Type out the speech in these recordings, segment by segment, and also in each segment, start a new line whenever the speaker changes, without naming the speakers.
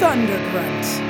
Thundergrunt.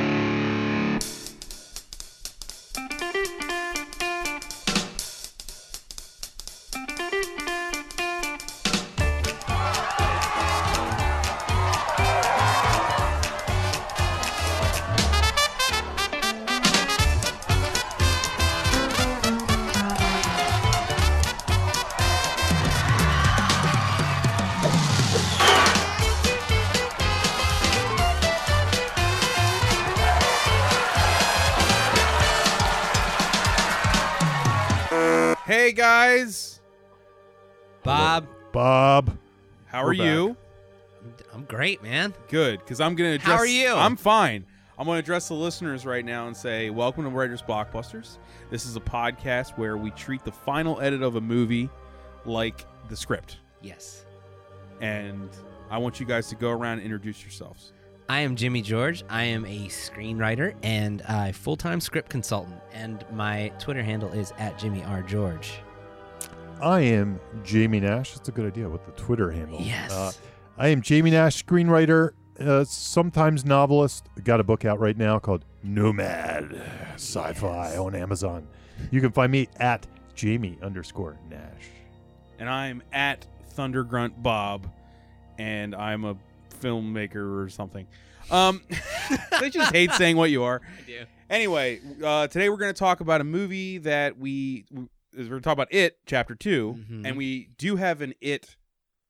Hey guys,
Bob,
Bob.
how
We're
are you?
I'm great, man.
Good, because I'm gonna. Address,
How are you?
I'm fine. I'm gonna address the listeners right now and say, "Welcome to Writers Blockbusters. This is a podcast where we treat the final edit of a movie like the script,
Yes.
and I want you guys to go around and introduce yourselves.
I am Jimmy George. I am a screenwriter and a full time script consultant. And my Twitter handle is at Jimmy R. George.
I am Jamie Nash. That's a good idea with the Twitter
Oh,
handle.
Yes.
Uh, I am Jamie Nash, screenwriter, uh, sometimes novelist. Got a book out right now called Nomad Sci Fi on Amazon. You can find me at Jamie underscore Nash.
And I'm at Thundergrunt Bob, and I'm a filmmaker or something. Um, they just hate saying what you are.
I do.
Anyway, uh, today we're going to talk about a movie that we we- we're going to talk about It Chapter 2
Mhm.
and we do have an It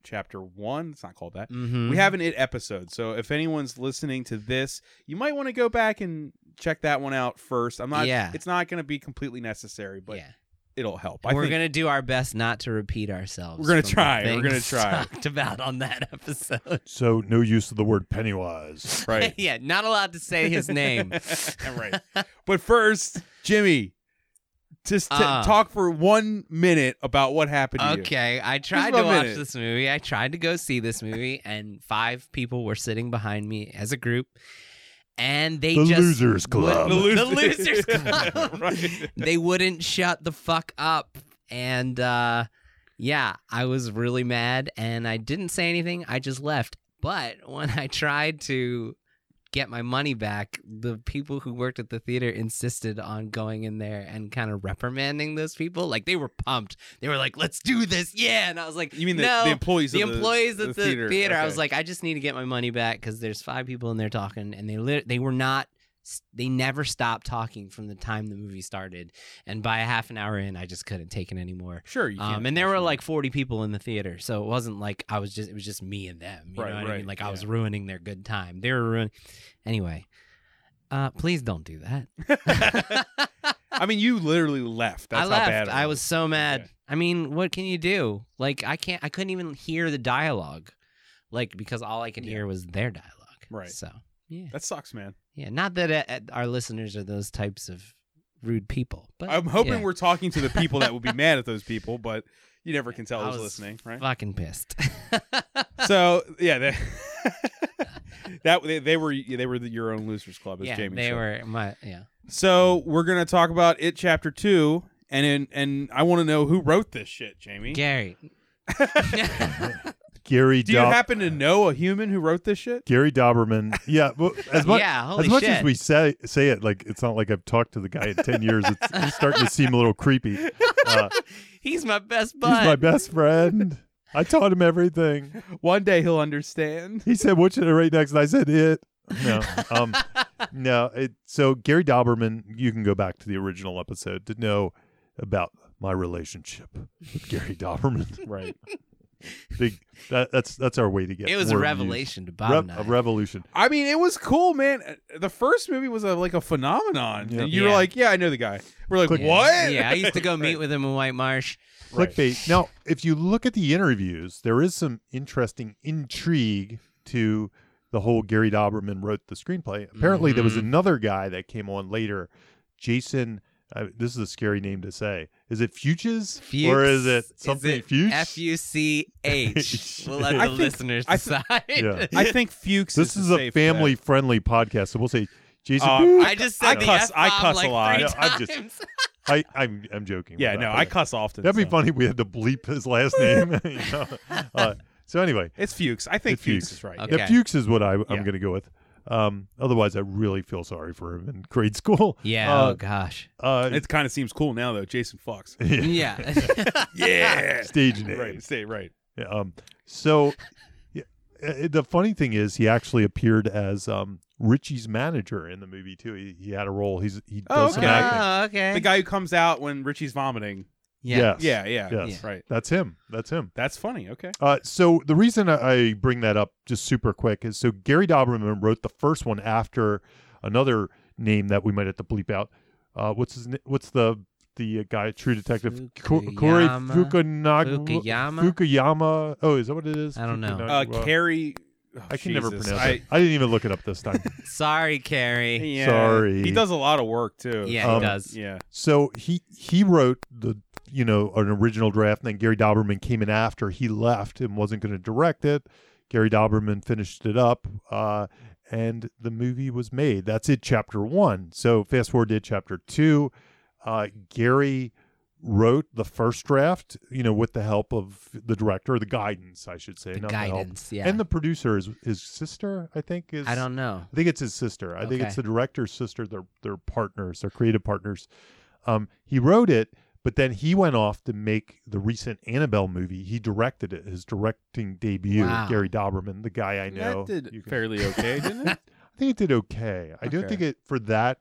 Chapter One. It's not called that.
Mm-hmm.
We have an It episode, so if anyone's listening to this, you might want to go back and check that one out first. I'm not.
Yeah.
It's not going to be completely necessary, but
yeah.
it'll help.
we're
think-
going to do our best not to repeat ourselves.
We're gonna
from the
try. We're gonna
things
try.
Talked about on that episode.
So, no use of the word Pennywise.
right.
yeah, not allowed to say his name.
right. But first, Jimmy, just t-
Uh.
talk for one minute about what happened to you.
Okay, I tried
one
to watch
minute.
this movie. I tried to go see this movie, and five people were sitting behind me as a group, and they
The
just
Losers Club.
the,
The
losers
Losers-
club.
Right.
They wouldn't shut the fuck up, and uh, yeah, I was really mad, and I didn't say anything. I just left. But when I tried to get my money back, the people who worked at the theater insisted on going in there and kind of reprimanding those people. Like they were pumped. They were like, "Let's do this, yeah!" And I was like,
You mean the,
no,
the employees?
the
of
employees
the,
at the theater. I was like, I just need to get my money back because there's five people in there talking, and they lit- they were not. They never stopped talking from the time the movie started, and by a half an hour in, I just couldn't take it anymore.
sure. You
Um,
can't
and there
force
were
them.
like 40 people in the theater, so it wasn't like I was just it was just me and them. You
Right,
know what I
right,
mean? Like I was
yeah.
ruining their good time. They were ruining. Anyway, uh, please don't do that.
I mean, you literally left. That's
I
how
left.
bad it
I was so mad.
Okay.
I mean, what can you do? Like, I can't. I couldn't even hear the dialogue, like because all I could
Yeah.
hear was their dialogue.
Right.
So yeah,
That sucks, man.
yeah. Not that uh, uh, our listeners are those types of rude people, but
I'm hoping
yeah,
we're talking to the people that would be mad at those people, but you never can tell
I
who's
was
listening, right?
fucking pissed.
so yeah, they, that they, they were they were the, your own losers club, as
yeah,
Jamie
they
said.
were my yeah.
So we're gonna talk about it, chapter two, and in, and I want to know who wrote this shit, Jamie.
Gary.
Gary
Do you
Dob-
happen to know a human who wrote this shit?
Gary Dauberman. Yeah. Well, as much,
yeah, holy
as much
shit.
as we say say it, like it's not like I've talked to the guy in ten years. It's, it's starting to seem a little creepy. Uh,
he's my best bud.
he's my best friend. I taught him everything.
One day he'll understand.
He said, "What should I rate next?" And I said, "It." No, um, no. It, so Gary Dauberman, you can go back to the original episode to know about my relationship with Gary Dauberman.
Right.
Big. That, that's that's our way to get.
It was a
more views.
revelation to Bob.
Rev-
and I.
a revolution.
I mean, it was cool, man. Uh, The first movie was a, like a phenomenon,
Yeah.
and you were
Yeah.
like, "Yeah, I know the guy." We're like,
Click-
yeah.
"What?"
Yeah, I used to go
Right.
meet with him in White Marsh.
Right.
clickbait. Now, if you look at the interviews, there is some interesting intrigue to the whole Gary Dauberman wrote the screenplay. Apparently, there was
Mhm.
Mm-hmm.
another guy that came on later, Jason. Uh, this is a scary name to say. Is it Fuches
Fuchs.
or is it something Fuchs?
F U C H. We'll let the
I
think-
listeners
I
decide.
Yeah.
I think Fuchs.
this
is,
is
the
a
safe bet.
family-friendly podcast, so we'll say Jason.
Uh,
Fuchs.
I just said
I
the
cuss- I
F-bomb
cuss a
like
lot.
three
Yeah, I'm just-
times.
I, I'm I'm joking.
Yeah,
with
no,
that,
I
but
cuss often.
That'd be
so.
funny. if We had to bleep his last name. you know? Uh, so anyway,
It's Fuchs. I think
It's
Fuchs,
Fuchs.
is right.
Okay.
The Fuchs is what I, I'm
Yeah.
going to go with. Um, otherwise, I really feel sorry for him in grade school.
Yeah.
Uh,
oh gosh.
Uh,
It kind of seems cool now though. Jason Fox.
Yeah.
Yeah.
stage name.
right. Stay right.
Yeah, Um, so yeah, uh, the funny thing is, he actually appeared as um, Richie's manager in the movie too. He, he had a role. He's he does
Oh,
some
okay.
acting.
oh, okay.
The guy who comes out when Richie's vomiting.
yeah.
Yes.
Yeah. Yeah.
Yes.
Right.
That's him. That's him.
That's funny. Okay.
Uh, so the reason I- I bring that up just super quick is so Gary Doberman wrote the first one after another name that we might have to bleep out. Uh, what's his? na- What's the the guy at True Detective? Ko- Corey
Fukuyama.
Fukunaga.
Fukuyama?
Fukuyama. Oh, is that what it is?
I don't know.
Uh,
Fukunaga-
Carrie. oh,
I can never
Jesus.
pronounce
I-
it. I didn't even look it up this time.
Sorry, Carrie.
Yeah.
Sorry.
He does a lot of work too.
Yeah,
Um,
he does.
Yeah.
So he he wrote the you know an original draft, and then Gary Doberman came in after he left and wasn't going to direct it. Gary Doberman finished it up, uh, and the movie was made. That's it, chapter one. So fast forward to chapter two. Uh, Gary wrote the first draft, you know, with the help of the director, the guidance, I should say,
The
not the help.
guidance. Yeah.
And the producer is his sister, I think. Is
I don't know.
I think it's his sister. I think it's
Okay.
the director's sister. They're they're partners. They're creative partners. Um, he wrote it, but then he went off to make the recent Annabelle movie. He directed it. His directing debut.
Wow.
Gary Doberman, the guy I know.
That did
You can-
fairly okay, didn't it?
I think it did okay. I don't
Okay.
think it for that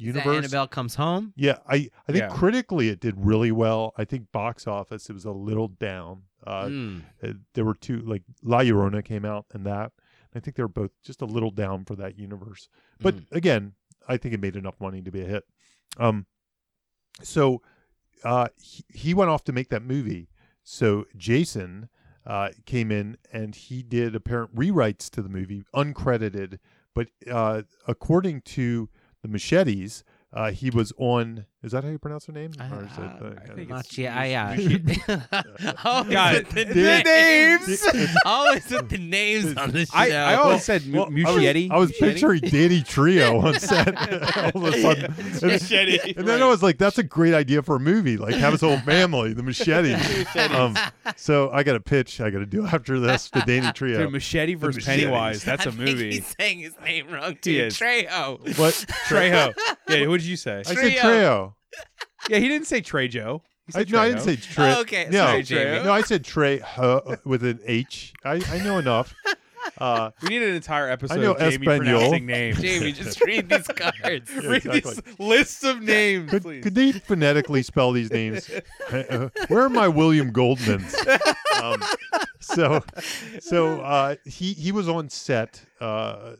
Is that
universe.
Annabelle comes home.
Yeah, I I think
Yeah.
critically it did really well. I think box office it was a little down. Uh,
Mm.
uh, there were two like La Llorona came out and that. I think they were both just a little down for that universe. But
Mm.
again, I think it made enough money to be a hit. Um, so uh, he, he went off to make that movie. So Jason uh, came in and he did apparent rewrites to the movie, uncredited. But uh, according to the Machetes, uh, he was on. Is that how you pronounce her name? Or is it,
Uh,
uh,
I think
Not
it's-
yet. Yeah.
you
Always
God,
with the
the
names.
names.
Always with the names on the show.
I, I always said
Well,
well,
I was-
Muschietti.
I was,
Muschietti?
picturing Danny Trio on set all of a sudden. And,
Machete.
and then I was like, that's a great idea for a movie. Like, have his whole family, the machete. um, so I got a pitch I got to do after this, the Danny Trio.
Dude, Machete versus
Machete.
Pennywise. That's
I
a
think
movie.
He's saying his name wrong
He
too.
is.
Trejo.
what?
Trejo. Yeah, what did you say?
I said
Trio.
Trio.
Yeah, he didn't say Trejo. He
I,
said
no, I didn't
Trejo.
say Trio.
Oh, okay.
No,
Sorry,
Trejo.
Jamie.
no, I said Trey uh, with an H. I, I know enough. Uh,
We need an entire episode
I know
of Jamie
Espanol.
pronouncing names.
Jamie, just read these cards.
Yeah,
Read these lists of names,
could,
please.
could they phonetically spell these names? Uh, Where are my William Goldmans? Um, so, so uh, he he was on set uh,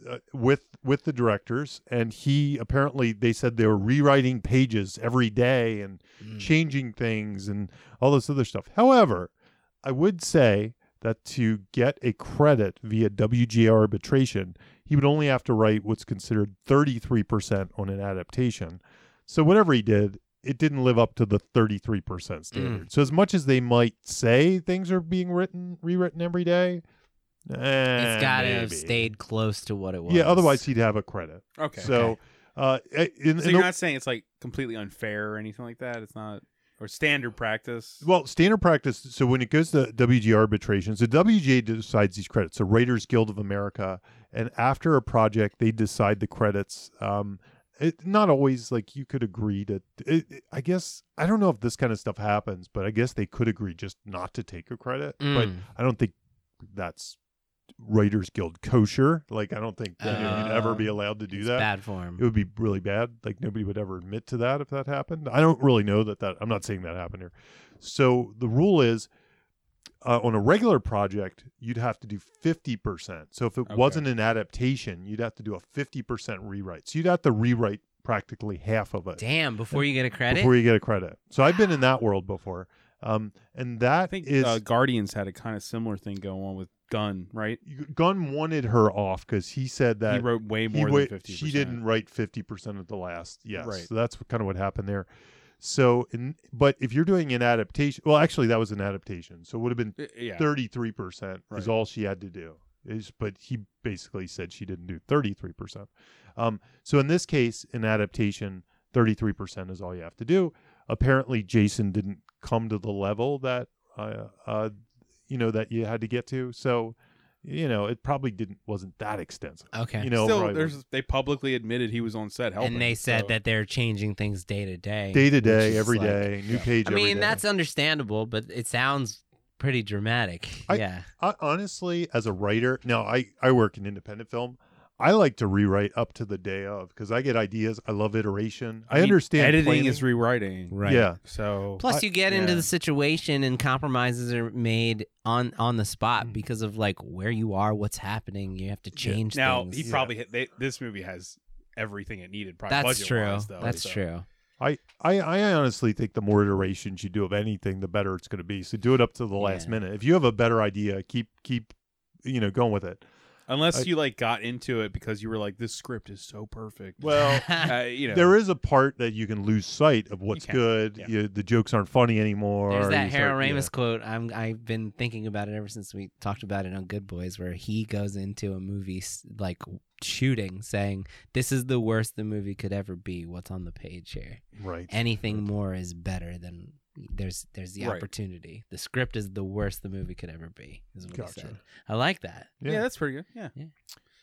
uh, with with the directors, and he apparently they said they were rewriting pages every day and
Mm.
changing things and all this other stuff. However, I would say that to get a credit via WGR arbitration, he would only have to write what's considered 33% on an adaptation. So whatever he did, it didn't live up to the 33% standard. So as much as they might say things are being written, rewritten every day,
It's got to have
stayed.
stayed close to what it was.
Yeah, otherwise he'd have a credit.
okay. So,
So, uh, in, in the-
you're not saying it's like completely unfair or anything like that. It's not or standard practice.
Well, standard practice. So when it goes to WGA arbitration, so WGA decides these credits. The Writers Guild of America, and after a project, they decide the credits. Um, it, not always like you could agree to. It, it- I guess I don't know if this kind of stuff happens, but I guess they could agree just not to take a credit.
Mm.
But I don't think that's Writers Guild kosher. Like I don't think that you'd
Uh,
ever be allowed to do
it's
that
bad form.
it would be really bad. Like nobody would ever admit to that if that happened. I don't really know that that. I'm not saying that happened here. So the rule is, uh, on a regular project, you'd have to do 50 percent. So if it
Okay.
wasn't an adaptation, you'd have to do a 50 percent rewrite. So you'd have to rewrite practically half of it
Damn, before you get a credit?
before you get a credit. So I've been in that world before, um, and
I
that
think
is.
uh, Guardians had a kind of similar thing going on with Gunn, right?
Gunn wanted her off because he said that
he wrote way
He
more
wa-
than fifty.
She didn't write fifty percent of the last. Yes,
Right.
so that's kind of what happened there. So, in, but if you're doing an adaptation, well, actually, that was an adaptation, so it would have been
Uh, Yeah.
thirty-three percent is
Right.
all she had to do. Is but he basically said she didn't do thirty-three percent. Um, so in this case, an adaptation, thirty-three percent is all you have to do. Apparently, Jason didn't come to the level that, uh, uh, you know, that you had to get to. So you know, it probably didn't wasn't that extensive.
Okay.
You know,
Still,
probably
there's they publicly admitted he was on set helping.
and they said
so-
that they're changing things day to day.
day to
which
day,
is
every
like-
day, new
yeah.
page.
I
every
mean,
day.
that's understandable, but it sounds pretty dramatic.
I-
yeah.
I, honestly, as a writer, now I I work in independent film. I like to rewrite up to the day of because I get ideas. I love iteration. I,
mean,
understand
editing
planning.
is rewriting.
Right.
Yeah,
So
Plus, you get into
Uh, yeah.
the situation, and compromises are made on on the spot
Mm.
because of like where you are, what's happening. You have to change
now
things.
he
Yeah.
probably hit, they, this movie has everything it needed. Probably
That's true.
budget-wise, Though,
That's
so.
true.
I, I I honestly think the more iterations you do of anything, the better it's going to be. So do it up to the last
Yeah.
minute. If you have a better idea, keep keep you know going with it.
Unless
I-
you like got into it because you were like, this script is so perfect.
Well,
uh, you know,
there is a part that you can lose sight of what's
can,
good.
yeah.
You, the jokes aren't funny anymore.
There's that
you
Harold
start- yeah.
Ramis quote. I'm I've been thinking about it ever since we talked about it on Good Boys, where he goes into a movie s- like shooting, saying, "This is the worst the movie could ever be. What's on the page here?
Right.
Anything more is better than." There's there's the
Right.
opportunity. The script is the worst the movie could ever be. Is what
Gotcha.
he said. I like that.
yeah. that's pretty good. Yeah.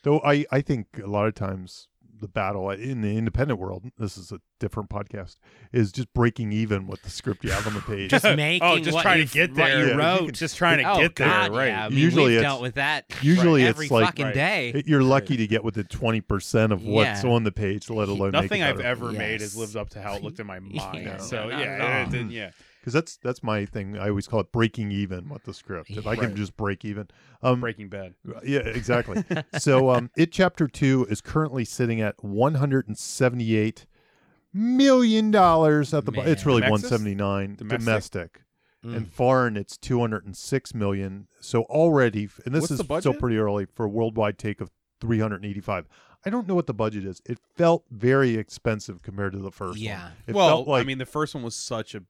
Though I, I think a lot of times the battle in the independent world, this is a different podcast, is just breaking even with the script you have on the page.
Just making
oh, just
what
trying
you-
to get
what you
there.
Yeah, you
wrote.
can-
Just trying to
oh,
get there.
God,
right.
Yeah. I mean,
Usually
we've
it's-
dealt with that
usually
every
it's like
fucking
right.
day.
it- you're lucky to get within twenty percent of what's
Yeah.
on the page, let alone
Nothing I've
make it
ever made has
Yes.
lived up to how it looked in my mind.
Yeah.
So
No, not
yeah,
at
it
all.
didn't- yeah.
because that's that's my thing. I always call it breaking even with the script. If I can
Right.
just break even, um,
Breaking Bad.
yeah, exactly. so, um, it chapter two is currently sitting at one hundred and seventy-eight million dollars at the. bo- It's
Man.
really one
Domestic?
seventy-nine
Domestic?
domestic.
Mm.
and foreign it's 206 million so already and this
What's
is
the
still
budget?
pretty early for a worldwide take of 385 i don't know what the budget is it felt very expensive compared to the first
yeah.
one. it
well,
felt like
I mean, the first one was such a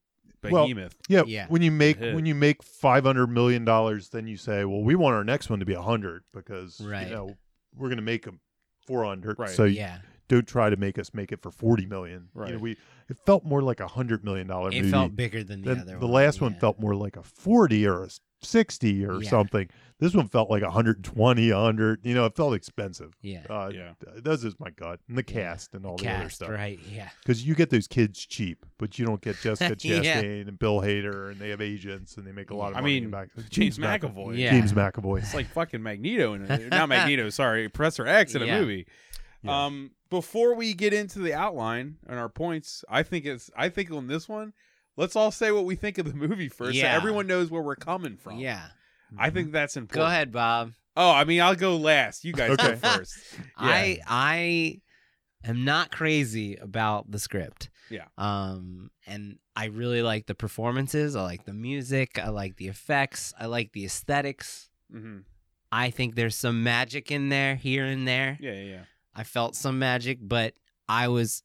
Well,
behemoth.
yeah,
yeah.
when you make
hit.
when you make 500 million dollars then you say well we want our next one to be 100 because
Right.
you know we're going to make them 400
Right.
so
yeah.
don't try to make us make it for 40 million You know,
Right.
we it felt more like a 100 million dollar
It
movie
felt bigger than the
then
other
the
one.
last one
yeah.
felt more like a 40 or a 60 or
Yeah.
something this one felt like 120 100 you know it felt expensive
Eh, Yeah.
uh
Yeah.
that's just my gut and the
Yeah.
cast and all the other
Cast,
stuff
right? Yeah.
because you get those kids cheap but you don't get jessica
Yeah.
chastain and bill hader and they have agents and they make a lot of
I
money
mean,
back
James McAvoy.
Yeah.
james mcavoy
It's like fucking Magneto in a, not Magneto, sorry, Professor X in a
Yeah.
movie.
Yeah.
Um, before we get into the outline and our points, I think it's I think on this one, let's all say what we think of the movie first,
Yeah.
so everyone knows where we're coming from.
Yeah.
I
Mm-hmm.
think that's important.
Go ahead, Bob.
Oh, I mean, I'll go last. You guys go
Okay.
first.
I I am not crazy about the script.
Yeah.
Um, and I really like the performances. I like the music. I like the effects. I like the aesthetics.
hmm
I think there's some magic in there, here and there.
Yeah, yeah, yeah.
I felt some magic, but I was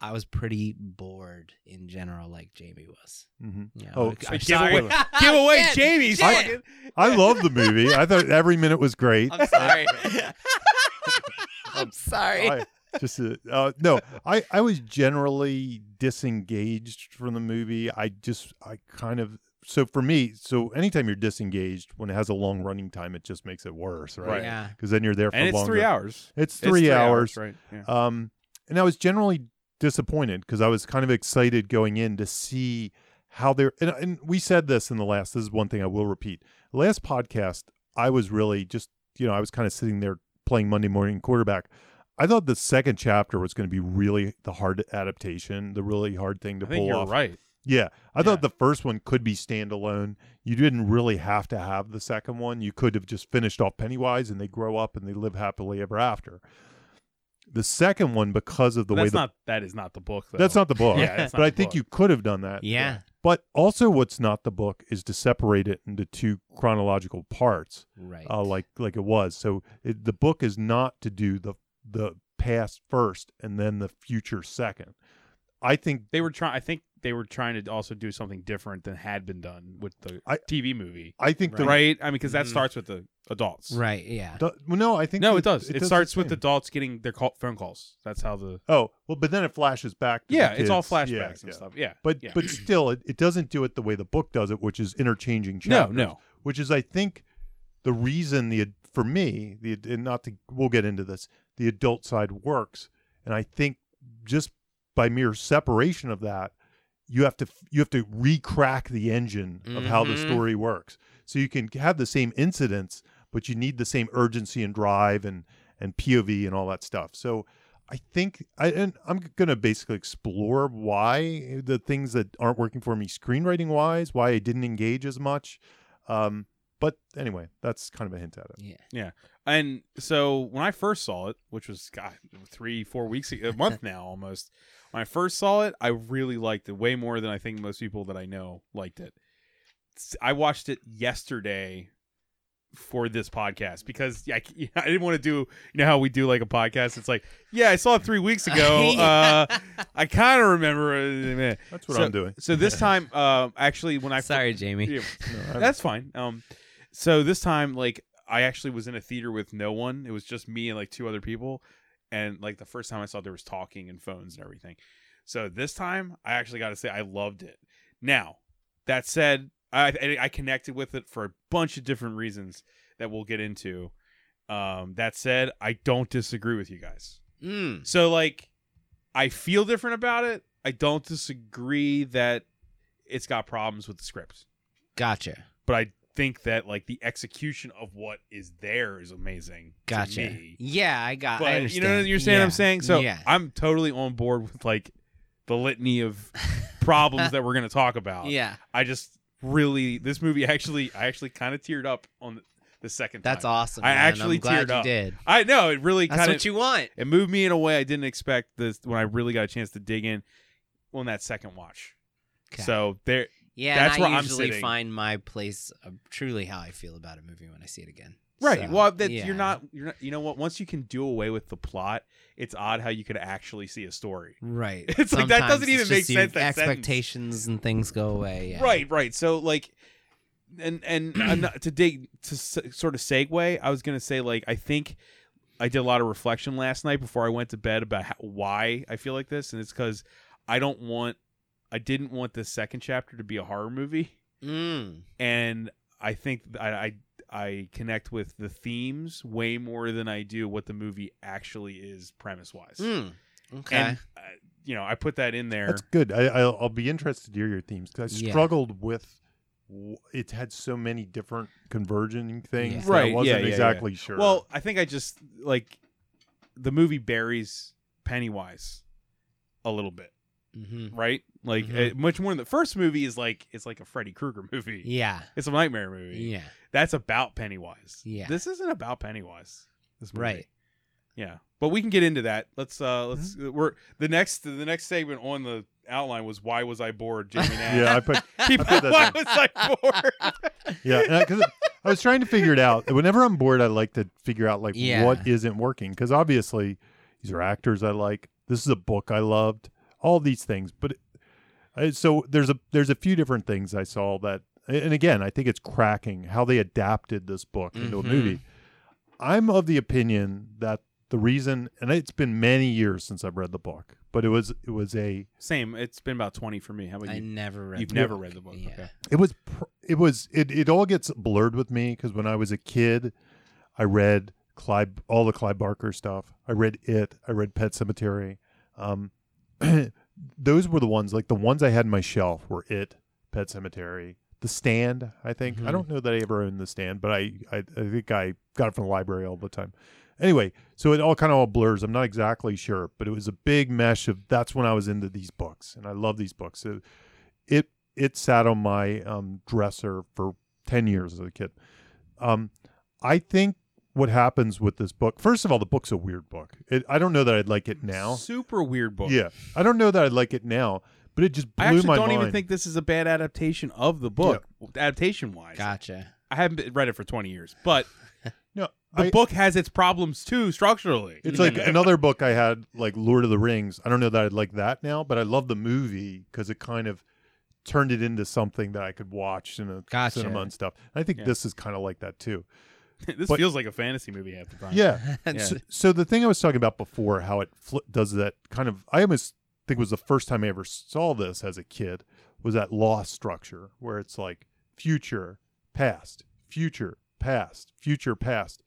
I was pretty bored in general, like Jamie was.
Mhm.
Yeah.
Oh,
like,
I-
I'm
give
sorry.
away- Give away
Ah, Shit,
Jamie's.
shit.
fucking-
i love the movie i thought every minute was great
I'm sorry. I'm sorry.
I, just uh, uh, no, I I was generally disengaged from the movie. I just I kind of so for me, so anytime you're disengaged when it has a long running time, it just makes it worse, right?
Right.
Yeah.
Because then you're there for
And it's
longer.
three hours.
It's
It's
three, hours.
right? Yeah.
Um, and I was generally disappointed because I was kind of excited going in to see how they're. And, and we said this in the last. This is one thing I will repeat. Last podcast, I was really just you know I was kind of sitting there playing Monday morning quarterback. I thought the second chapter was going to be really the hard adaptation, the really hard thing to
I
pull
think you're
off.
right.
Yeah, I thought
Yeah.
the first one could be standalone. You didn't really have to have the second one. You could have just finished off Pennywise and they grow up and they live happily ever after. The second one, because of the way
that's
the,
not that is not the book. Though.
that's not the book.
Yeah, that's
but
not
I
the
think
book.
you could have done that.
Yeah.
But also, what's not the book is to separate it into two chronological parts,
Right.
uh, like like it was. So it, the book is not to do the the past first and then the future second. I think
they were trying. I think they were trying to also do something different than had been done with the
I-
TV movie,
I think the
right? I mean, because that
Mhm.
starts with the adults,
Right. Yeah.
Do- well, no, I think
No,
the-
it does. It,
the
starts with
same.
adults getting their call, phone calls. That's how the
Oh well, but then it flashes back. To
yeah,
the
it's all
kids.
flashbacks
Yeah,
and
yeah.
stuff. Yeah,
But
Yeah.
but still, it, it doesn't do it the way the book does it, which is interchanging
no,
chapters.
no,
Which is, I think, the reason the ad- for me, the and not to we'll get into this. The adult side works, and I think just by mere separation of that, you have to you have to recrack the engine of how the
Mm-hmm.
Mhm.
story works. So you can have the same incidents, but you need the same urgency and drive and and POV and all that stuff. So I think I and I'm going to basically explore why the things that aren't working for me screenwriting wise, why I didn't engage as much. Um, but anyway, that's kind of a hint at it.
Yeah.
And so when I first saw it, which was God, three, four weeks, a month now almost, when I first saw it, I really liked it way more than I think most people that I know liked it. S- I watched it yesterday for this podcast because I, c- I didn't want to do, you know how we do like a podcast? It's like, yeah, I saw it three weeks ago. uh, I kind of remember. it.
That's what
So-
I'm doing.
So this time, uh, actually, when I
Sorry, Jamie.
Yeah,
No, I'm-
that's fine. Um, so this time, like, I actually was in a theater with no one. It was just me and like two other people. And like the first time I saw, it, there was talking and phones and everything. So this time, I actually got to say I loved it. Now, that said, I I- I connected with it for a bunch of different reasons that we'll get into. Um, that said, I don't disagree with you guys.
Mm.
So like I feel different about it. I don't disagree that it's got problems with the script.
Gotcha.
But I think that like the execution of what is there is amazing. to
Gotcha.
me.
Yeah, I got. I
But you know
understand.
you're saying what
Yeah.
I'm saying? So
yeah,
I'm totally on board with like the litany of problems that we're gonna talk about.
yeah,
I just really this movie actually I actually kinda teared up on the, the second time.
that's awesome.
I
man.
actually
I'm glad
teared
you
up.
did.
I know it really
That's
kind of
what you want.
It moved me in a way I didn't expect this when I really got a chance to dig in on that second watch.
Okay.
So there,
yeah,
that's
and I
where I'm
usually
sitting.
find my place of truly how I feel about a movie when I see it again. So,
well, that
yeah.
you're not, you're not, you know what? Once you can do away with the plot, it's odd how you could actually see a story.
right.
It's like, that doesn't
Sometimes it's
even make
just your
sense, that sentence.
expectations and things go away. Yeah.
Right, right. So like, and and I'm not- to dig to s- sort of segue, I was gonna say like I think I did a lot of reflection last night before I went to bed about how, why I feel like this, and it's because I don't want, I didn't want the second chapter to be a horror movie.
Mm.
and I think I, I I connect with the themes way more than I do what the movie actually is premise wise.
Mm. Okay.
And uh, you know, I put that in there.
That's good. I, I'll, I'll be interested to hear your themes 'cause I
Yeah.
struggled with w- it had so many different converging things.
Yeah.
that
Right,
I
yeah,
wasn't
yeah, yeah.
exactly sure.
Well, I think I just like the movie buries Pennywise a little bit,
hmm
right? Like
Mhm.
uh, much more than the first movie is like it's like a Freddy Krueger movie.
Yeah.
It's a nightmare movie.
Yeah.
That's about Pennywise.
Yeah.
This isn't about Pennywise. This movie.
Right.
Yeah, but we can get into that. Let's
Mm-hmm.
uh let's we're the next the next segment on the outline was why was I bored, Jamie? Nash.
yeah, I put
People,
I put that
why
down.
was I bored?
yeah because I was trying to figure it out. Whenever I'm bored, I like to figure out like
Yeah.
what isn't working because obviously these are actors I like. This is a book I loved. All these things, but I- so there's a there's a few different things I saw that, and again, I think it's cracking how they adapted this book into a
Mhm.
movie. I'm of the opinion that the reason, and it's been many years since I've read the book, but it was it was a
Same. It's been about twenty for me. How about
I
you?
never read.
You've
the
never
book.
read the book.
Yeah.
Okay.
it was pr- it was it, it all gets blurred with me because when i was a kid i read clive all the clive barker stuff i read it i read pet cemetery um those were the ones like the ones i had in my shelf were it pet cemetery the stand i think i
Mhm.
don't know that i ever owned the stand but I, I i think i got it from the library all the time anyway so it all kind of all blurs i'm not exactly sure but it was a big mesh of that's when i was into these books and i love these books so it it sat on my um, dresser for 10 years as a kid. Um, I think what happens with this book, first of all, the book's a weird book. It, I don't know that I'd like it now.
Super weird book.
Yeah. I don't know that I'd like it now, but it just blew
I actually
my
don't
mind.
even think this is a bad adaptation of the book, adaptation wise.
Gotcha.
I haven't been- read it for twenty years, but
no,
the
I-
book has its problems too structurally.
It's like another book I had, like Lord of the Rings. I don't know that I'd like that now, but I love the movie because it kind of turned it into something that I could watch in a
Gotcha.
cinema and stuff. I think
Yeah.
this is kind of like that too.
this
but-
feels like a fantasy movie half the time.
Yeah.
That's-
Yeah.
So the thing I was talking about before, how it fl- does that kind of, I almost think it was the first time I ever saw this as a kid, was that loss structure where it's like future, past, future, past, future, past.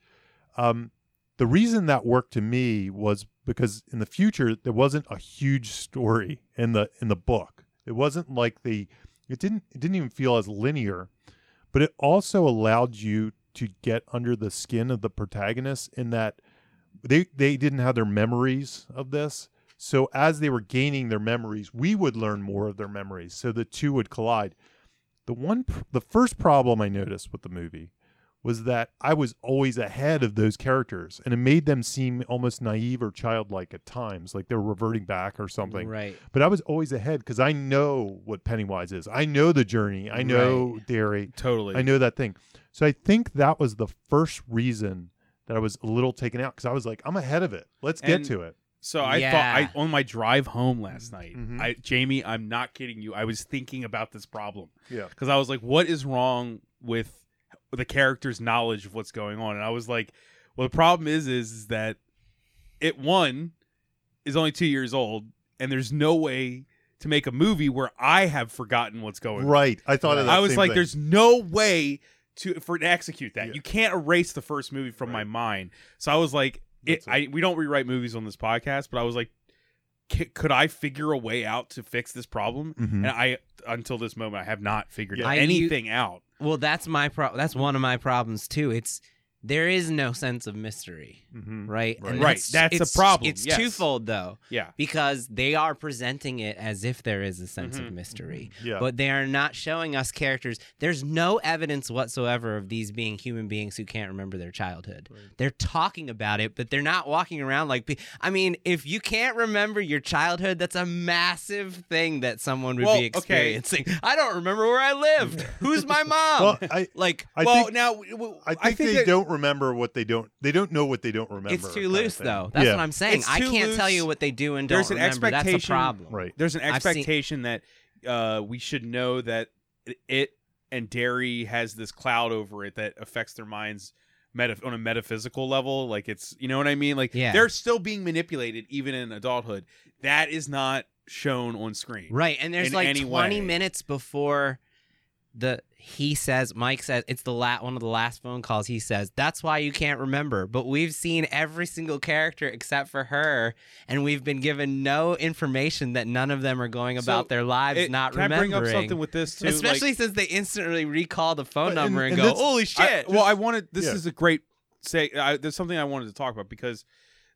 Um, the reason that worked to me was because in the future there wasn't a huge story in the in the book. It wasn't like the it didn't it didn't even feel as linear, but it also allowed you to get under the skin of the protagonist in that they they didn't have their memories of this. So as they were gaining their memories, we would learn more of their memories. So the two would collide. The one pr- the first problem I noticed with the movie was that I was always ahead of those characters and it made them seem almost naive or childlike at times, like they were reverting back or something.
Right.
But I was always ahead because I know what Pennywise is. I know the journey. I know
Right.
Derry.
Totally.
I know that thing. So I think that was the first reason that I was a little taken out because I was like, I'm ahead of it. Let's
And-
get to it.
So I
Yeah.
thought I on my drive home last night.
Mhm.
I Jamie, I'm not kidding you. I was thinking about this problem
Yeah.
because I was like, what is wrong with the character's knowledge of what's going on? And I was like, well, the problem is is, is that it one is only two years old, and there's no way to make a movie where I have forgotten what's going on.
Right. I thought of that.
I was
same
like,
thing.
there's no way to for to execute that.
Yeah.
You can't erase the first movie from my
Right.
mind. So I was like, it,
That's
I we don't rewrite movies on this podcast, but I was like, "C- could I figure a way out to fix this problem?
Mhm.
And I until this moment, I have not figured
Yeah.
I- you-
anything out.
Well, that's my pro. That's one of my problems too. It's there is no sense of mystery,
Mhm.
right?
Right.
Right, that's a
it's-
problem,
It's
yes.
twofold though,
Yeah,
because they are presenting it as if there is a sense
Mhm.
of mystery,
Yeah.
but they are not showing us characters. There's no evidence whatsoever of these being human beings who can't remember their childhood. They're talking about it, but they're not walking around like. pe- I mean, if you can't remember your childhood, that's a massive thing that someone would
Well,
be
okay.
experiencing. I don't remember where I lived. Who's my
um,
mom?
well, I,
like
I
well,
think,
now w- w-
I think they
that-
don't remember what they don't. They don't know what they don't remember.
It's
kind
too
of
loose,
thing.
though. That's
yeah.
what I'm saying.
It's
I
too
can't tell
loose.
you what they do and don't
There's an
remember. That's a
expectation-
problem.
Right.
There's an
I've seen-
expectation that uh, we should know that it- it and dairy has this cloud over it that affects their minds meta- on a metaphysical level. Like it's, you know what I mean? Like
Yeah.
they're still being manipulated even in adulthood. That is not shown on screen.
Right. And there's
In
like
any
20
way.
minutes before the he says Mike says it's the la- one of the last phone calls he says that's why you can't remember but we've seen every single character except for her and we've been given no information that none of them are going
So,
about their lives
It-
not
can
remembering
I bring up something with this too?
especially
Like,
since they instantly recall the phone
But- and-
number and,
and
go
that's-
holy shit
I- well, I wanted this
Yeah.
is a great say. I, there's something I wanted to talk about because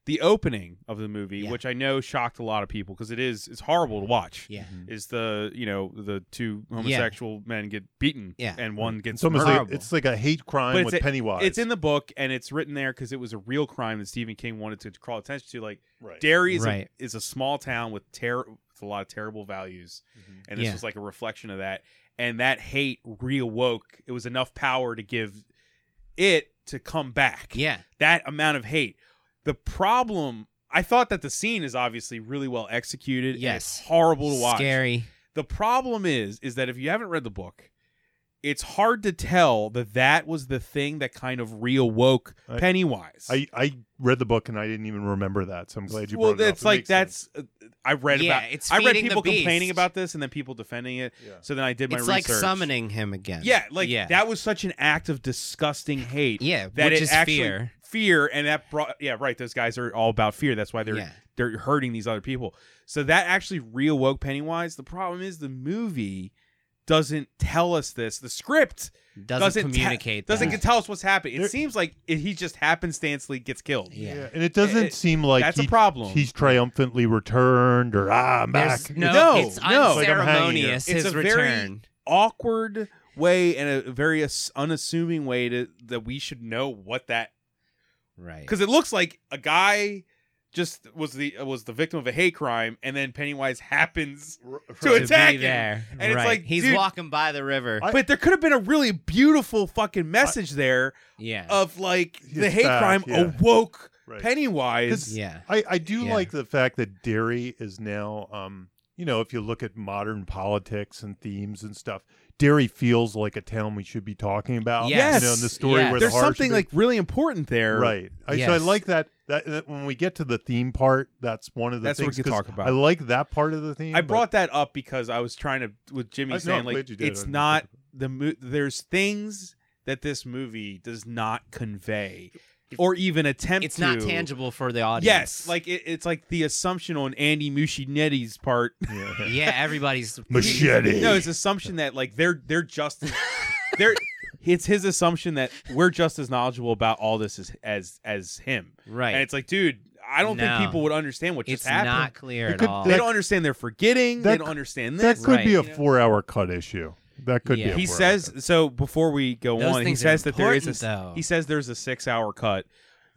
the opening of the movie,
Yeah.
which I know shocked a lot of people because it is it's horrible to watch.
yeah
Mm-hmm.
is the you know the two homosexual men get beaten
Yeah.
and one
It's
gets
almost
murdered.
like it's like a hate crime
But it's
with
a-
Pennywise.
it's in the book and it's written there because it was a real crime that Stephen King wanted to call attention to. Like
right.
Derry is,
Right.
a, is a small town with ter- with a lot of terrible values,
Mhm.
and this
Yeah.
was like a reflection of that. And that hate reawoke. It was enough power to give it to come back
yeah
that amount of hate. The problem, I thought that the scene is obviously really well executed. and it's
Yes.
horrible to watch.
scary
The problem is, is that if you haven't read the book, it's hard to tell that that was the thing that kind of reawoke
I-
Pennywise.
I I read the book and I didn't even remember that, so I'm glad you.
well,
brought it up.
it's
It
like
makes sense.
that's uh, I read
Yeah,
about.
it's
I read
feeding the
people complaining
beast.
about this and then people defending it.
Yeah.
So then I did my
it's
research.
like summoning him again.
Yeah, like
yeah,
that was such an act of disgusting hate.
yeah,
that
which
it
is
actually-
fear.
Fear and that brought yeah right. Those guys are all about fear. That's why they're
yeah,
they're hurting these other people. So that actually reawoke Pennywise. The problem is the movie doesn't tell us this. The script
doesn't,
ta-
communicate.
doesn't
that.
get- tell us what's happening. It
There-
seems like it, he just happenstancely gets killed.
Yeah.
and it doesn't
It-
seem like
That's
he-
a problem.
he's triumphantly returned or ah, I'm back.
There's- no,
No,
it's
no.
Like I'm hanging here.
unceremonious.
It's
his
a very-
return.
Awkward way and a very ass- unassuming way to that we should know what that
Right.
because it looks like a guy just was the was the victim of a hate crime and then Pennywise happens. to
To
it's- attack
be
him.
there,
And it's
right.
like,
he's
dude-
walking by the river.
I-
but there could have been a really beautiful fucking message there
yeah,
of like the
His
hate
back,
crime
yeah.
awoke
Right.
Pennywise.
yeah,
I, I do
Yeah.
like the fact that Derry is now, um, you know, if you look at modern politics and themes and stuff, Derry feels like a town we should be talking about.
Yes.
You know, in the story
Yes.
where
There's
the horror should
something
be-
like really important there.
Right. I, So I
Yes.
like that, that. that When we get to the theme part, that's one of the
That's what we
things.
could
'cause
talk about.
I like that part of the theme.
I
but-
brought that up because I was trying to with Jimmy
I know,
saying
I'm
like
glad you did. I
it's
didn't
not
think
the mo- there's things that this movie does not convey or even attempt
It's not
to.
tangible for the audience.
Yes, like it, it's like the assumption on Andy Muschietti's part.
yeah, everybody's
Machete.
No, it's assumption that like they're they're just they're it's his assumption that we're just as knowledgeable about all this as as, as him.
right.
And it's like, dude, I don't
No.
think people would understand what
It's
just happened.
not clear
It
at
could-
all.
they
that-
don't understand they're forgetting.
that
they
c-
don't understand
That
this.
could be a
Right.
four-hour cut issue. That could be.
Yeah.
A
he
four-hour
says
cut.
so before we go
Those
on. He
things are
says that there is a
important, though.
he says there's a six hour cut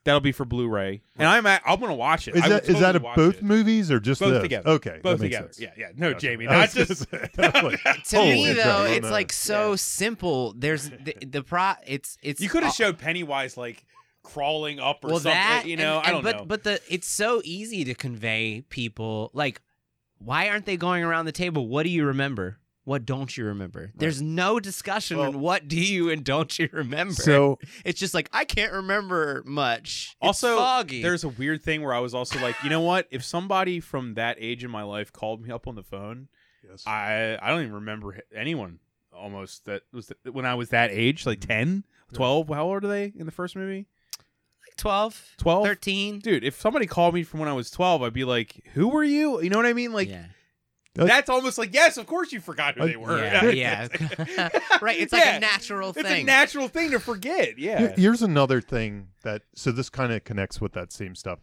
that'll be for Blu-ray, and I'm at, I'm gonna watch it.
Is
I will
that is that
totally
a
watch
both
it.
movies or just
Both
this?
together.
Okay,
Both
that makes
together.
sense.
Yeah, yeah. No,
Gotcha.
Jamie,
I
not
was gonna
just
say, I was like,
to
Holy
me
crap,
though,
I don't
it's
know.
like so simple. There's the, the pro. It's it's
you could have
uh,
showed Pennywise like crawling up or
well
something.
that
you know,
and-
I
and-
don't
but,
know.
But the it's so easy to convey people like, why aren't they going around the table? What do you remember? What don't you remember? There's no discussion
Well-
on what do you and don't you remember.
so.
it's just like I can't remember much. It's
also,
foggy.
there's a weird thing where I was also like, you know what? If somebody from that age in my life called me up on the phone, I I don't even remember h- anyone almost that was th- when I was that age, like 10, 12. How old are they in the first movie?
like 12,
12?
13.
Dude, if somebody called me from when I was 12, I'd be like, who were you? You know what I mean? Like,
yeah.
that's almost like, yes, of course you forgot who
Uh,
they were.
Yeah, yeah. right, it's like
Yeah.
a natural
It's a
thing.
natural thing to forget.
Here-
Yeah.
Here's another thing that so this kind of connects with that same stuff.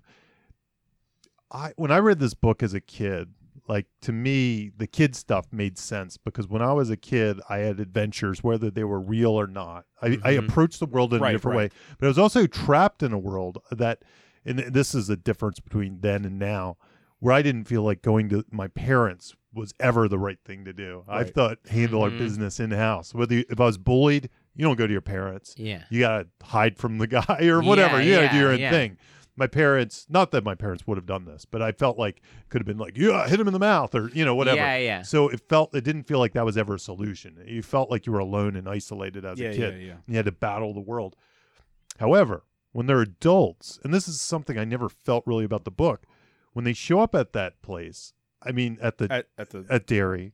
I when I read this book as a kid, like to me the kid stuff made sense because when I was a kid, I had adventures whether they were real or not. I, I
Mhm.
approached the world in
Right,
a different
right.
way, but I was also trapped in a world that, and th- this is the difference between then and now, where I didn't feel like going to my parents was ever the right thing to do. I
Right. Mm-hmm.
thought handle
Mhm.
our business in house. Whether you, if I was bullied, you don't go to your parents
yeah.
you gotta hide from the guy or whatever.
Yeah,
you gotta do
yeah,
your own
yeah.
thing. My parents, not that my parents would have done this, but I felt like could have been like, yeah, hit him in the mouth or you know whatever.
Yeah, yeah.
So it felt it didn't feel like that was ever a solution. You felt like you were alone and isolated as
yeah,
a
yeah,
kid.
yeah.
And you had to battle the world. However, when they're adults, and this is something I never felt really about the book, when they show up at that place, I mean at the
At, at the
at Dairy,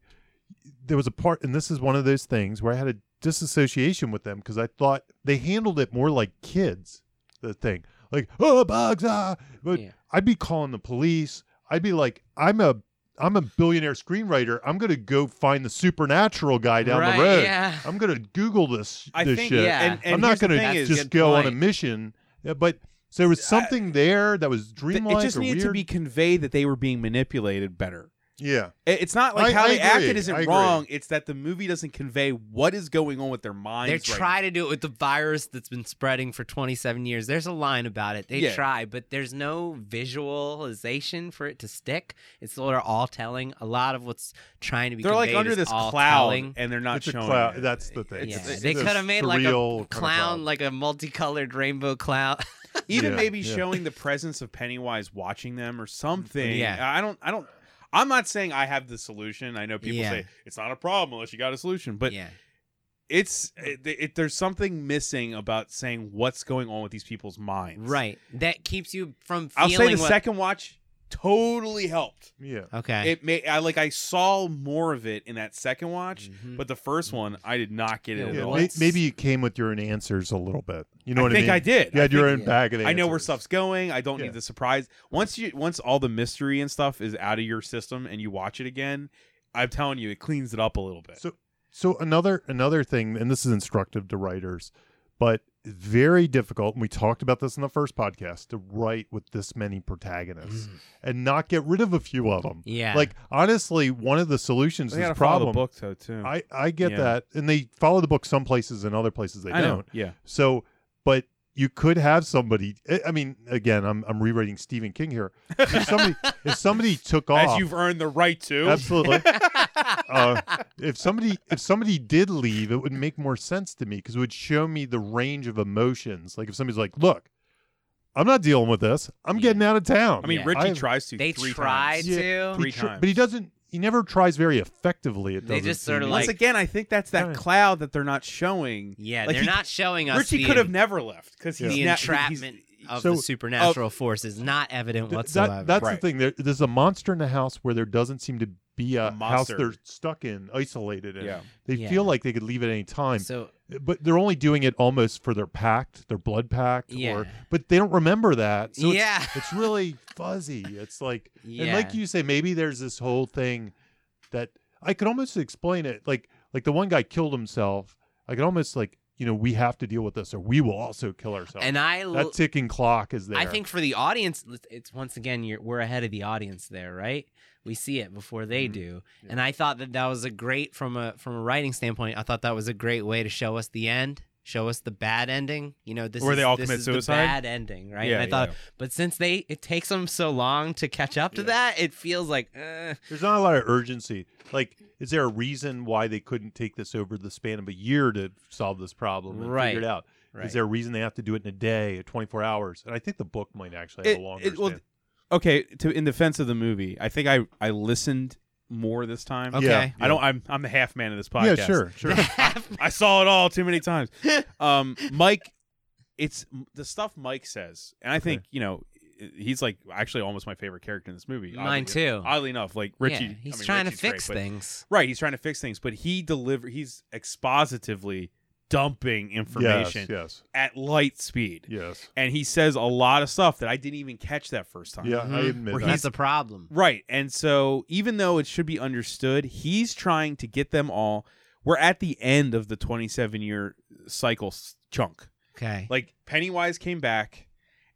there was a part, and this is one of those things where I had a disassociation with them because I thought they handled it more like kids. The thing, like oh bugs, ah, but
Yeah.
I'd be calling the police. I'd be like, I'm a, I'm a billionaire screenwriter. I'm gonna go find the supernatural guy down
right,
the road.
Yeah.
I'm gonna Google this,
I
this
think,
shit.
yeah.
and, and
I'm not
here's the
gonna
thing
That's
is, Uh,
just
good
go on a
point.
mission. Yeah, But so there was something there that was
th-
dreamlike
it just
or
needed
weird.
to be conveyed that they were being manipulated better.
yeah.
It- It's not like
I-
how
I
they acted
agree. I
isn't
agree.
wrong. It's that the movie doesn't convey what is going on with their minds.
They
right
try to do it with the virus that's been spreading for 27 years. There's a line about it. They
Yeah.
try, but there's no visualization for it to stick. It's sort of all telling. A lot of what's trying to be
They're like
conveyed
under
is
this
all
cloud,
telling.
and they're not
It's a
showing.
cloud.
it.
That's the thing.
Yeah,
It's- it's
they
this
could have made like
surreal
a
kind of
clown,
cloud.
like a multicolored rainbow cloud.
Even
Yeah,
maybe
yeah.
showing the presence of Pennywise watching them or something.
Yeah.
I don't. I don't. I'm not saying I have the solution. I know people
Yeah.
say it's not a problem unless you got a solution, but
yeah,
it's it, it, there's something missing about saying what's going on with these people's minds.
right. That keeps you from
I'll
feeling
say the
what-
second watch totally helped.
yeah.
Okay.
It may I like I saw more of it in that second watch,
Mhm.
but the first one I did not get it
Yeah,
at
Yeah,
all.
what?
may- maybe you came with your own answers a little bit. You know
I
what
think
I mean?
I did. I
You had your
think-
own bag of answers.
I know where stuff's going. I don't
Yeah.
need the surprise. Once you once all the mystery and stuff is out of your system and you watch it again, I'm telling you, it cleans it up a little bit.
So, so another another thing, and this is instructive to writers, but it's very difficult. And we talked about this in the first podcast to write with this many protagonists
Mm.
and not get rid of a few of them.
Yeah.
Like honestly, one of the solutions
they
to
gotta
this
follow the
problem.
book though too.
I I get
Yeah.
that, and they follow the book some places, and other places they
I
don't.
know. Yeah.
So, but you could have somebody. eh, I- I mean, again, I'm I'm rewriting Stephen King here. If somebody, if somebody took off,
As you've earned the right to.
absolutely. uh, if somebody if somebody did leave, it would make more sense to me because it would show me the range of emotions. Like if somebody's like, "Look, I'm not dealing with this. I'm
Yeah.
getting out of town."
I mean,
Yeah.
Richie
I've-
tries to.
they
three
try
times.
Yeah.
to.
He
three
tr-
times.
but he doesn't. He never tries very effectively. It
They
doesn't
just sorta
seem.
Once
like-
again, I think that's that
Right.
cloud that they're not showing.
Yeah,
Like,
they're
he-
not showing us
Richie
the,
could have never left because
the
he's na- he's-
entrapment of
So-
the supernatural force is not evident
Th-
whatsoever.
That, that's
Right.
the thing. There, there's a monster in the house where there doesn't seem to be a,
A
house
monster.
they're stuck in, isolated in.
Yeah.
They
Yeah.
feel like they could leave at any time.
so
but they're only doing it almost for their pact, their blood pact,
Yeah.
or but they don't remember that. So it's-
yeah.
it's really fuzzy. It's like
yeah.
and like you say, maybe there's this whole thing that I could almost explain it like like the one guy killed himself. I could almost like you know we have to deal with this or we will also kill ourselves.
and I l-
that ticking clock is there.
I think for the audience, it's once again you're, we're ahead of the audience there, right? We see it before they
Mm-hmm.
Mhm.
do,
Yeah.
and I thought that that was a great from a from a writing standpoint. I thought that was a great way to show us the end, show us the bad ending. You know, this
Where
is,
they all
this
commit
is
suicide?
The bad ending, right?
Yeah,
and I thought,
yeah.
but since they it takes them so long to catch up to
Yeah.
that, it feels like uh,
there's not a lot of urgency. Like, is there a reason why they couldn't take this over the span of a year to solve this problem and
Right.
figure it out?
right.
Is there a reason they have to do it in a day, 24 hours? And I think the book might actually have
It-
a longer
it- well,
span.
okay to in defense of the movie i think i i listened more this time
Okay.
Yeah.
i don't i'm i'm the half man of this podcast
Yeah, sure, sure.
i saw it all too many times um mike it's the stuff mike says and i think you know he's like actually almost my favorite character in this movie
Mine
oddly-
too.
oddly enough like richie
yeah, he's
I mean,
trying
Richie's
to
great,
fix
but-
things.
right he's trying to fix things but he deliver he's expositively dumping information
Yes,
at light speed
yes,
and he says a lot of stuff that i didn't even catch that first
yes.
time
Yeah, I
Mhm.
admit
Mm-hmm. Where
that.
That's the problem.
Right. And so even though it should be understood, he's trying to get them all. We're at the end of the 27 year cycle s- chunk.
Okay.
Like Pennywise came back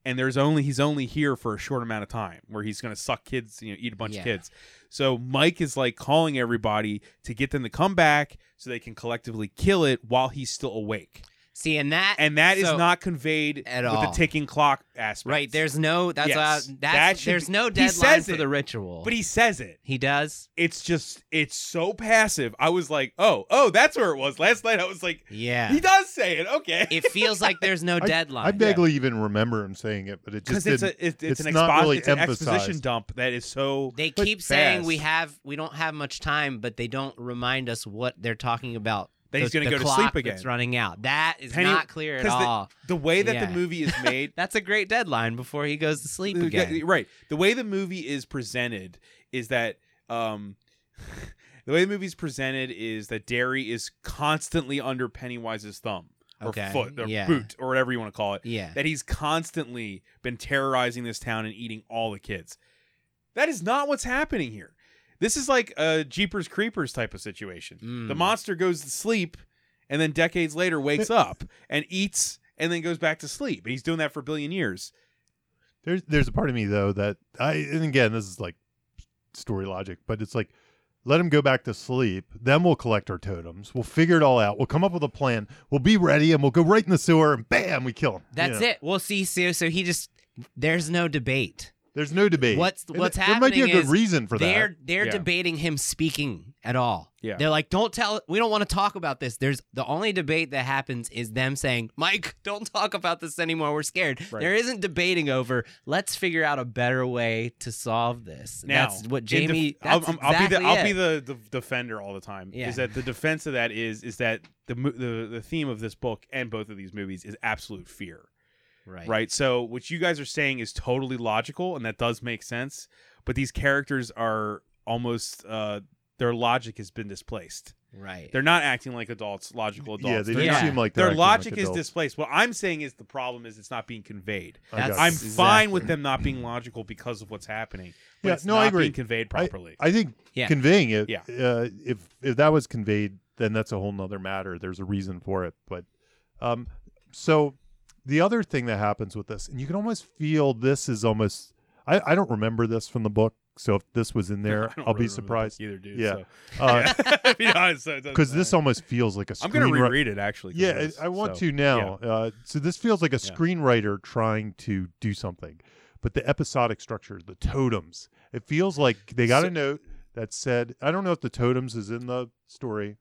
and there's only he's only here for a short amount of time where he's going to suck kids, you know, eat a bunch
Yeah.
of kids. So Mike is like calling everybody to get them to come back so they can collectively kill it while he's still awake.
See, and that
And that is
so-
not conveyed
At
with
all.
the ticking clock aspect.
right. There's no that's
Yes.
uh,
That
that's
should
there's
be-
no
he
deadline
says
for
it,
the ritual.
but he says it.
He does.
it's just it's so passive. I was like, oh, oh, that's where it was last night. I was like,
Yeah.
he does say it, okay,
it feels like there's no deadline.
I barely even remember him saying it, but it
because it's
just didn't.
a it, it's,
it's
an,
not
expo-
really
it's an exposition
emphasized.
dump that is so
they
but
keep saying
fast.
we have we don't have much time, but they don't remind us what they're talking about.
that he's
The-
going
the
to go to
clock
sleep again.
That's running out. That is
Penny-
not clear at
'cause the-
all.
The way that
Yeah.
the movie is made, uh,
That's a great deadline before he goes to sleep
Yeah,
again.
right? The way the movie is presented is that um, the way the movie is presented is that Derry is constantly under Pennywise's thumb or
Okay.
foot or
Yeah.
boot or whatever you want to call it.
Yeah.
that he's constantly been terrorizing this town and eating all the kids. That is not what's happening here. This is like a Jeepers Creepers type of situation.
Mm.
The monster goes to sleep and then decades later wakes up and eats and then goes back to sleep. And he's doing that for a billion years.
There's there's a part of me though that I and again this is like story logic, but it's like let him go back to sleep. Then we'll collect our totems. We'll figure it all out. We'll come up with a plan. We'll be ready, and we'll go right in the sewer, and bam, we kill him.
That's it. Well, see, so so he just there's no debate.
There's no debate.
What's-
And
what's
there There might be a
happening
good
is
reason for
they're
that.
they're
Yeah.
debating him speaking at all.
Yeah.
They're like, don't tell. We don't want to talk about this. There's the only debate that happens is them saying, Mike, don't talk about this anymore. We're scared.
Right.
There isn't debating over. Let's figure out a better way to solve this.
Now,
that's what
in
Jamie.
def- I'll-
that's
I'm- I'll,
exactly
be the, I'll
it.
be the, the defender all the time.
Yeah.
Is that the defense of that is is that the, mo- the the theme of this book and both of these movies is absolute fear.
right.
right? So what you guys are saying is totally logical, and that does make sense. But these characters are almost uh, their logic has been displaced.
Right.
They're not acting like adults, logical adults.
yeah,
They're
they do
didn't
not-
Yeah.
seem like they're
Their
acting
logic
like
is
adults.
displaced. What I'm saying is the problem is it's not being conveyed.
I got
That's-
it.
I'm fine
Exactly.
with them not being logical because of what's happening. But
Yeah,
it's
no,
not
I agree.
being conveyed properly.
I think
Yeah.
conveying it.
Yeah.
Uh, if if that was conveyed, then that's a whole nother matter. There's a reason for it. But um, so the other thing that happens with this, and you can almost feel this is almost. I I don't remember this from the book, so if this was in there,
I don't really
I'll
remember
be surprised.
either, dude.
Yeah.
so-
Because
be honest, so it doesn't
this
matter.
almost feels like a.
I'm gonna
screenwri-
reread it actually. 'cause
Yeah,
of
I-
this,
I want
so.
to now. Uh, so this feels like a
Yeah.
screenwriter trying to do something, but the episodic structure, the totems, it feels like they got
So-
a note that said, "I don't know if the totems is in the story."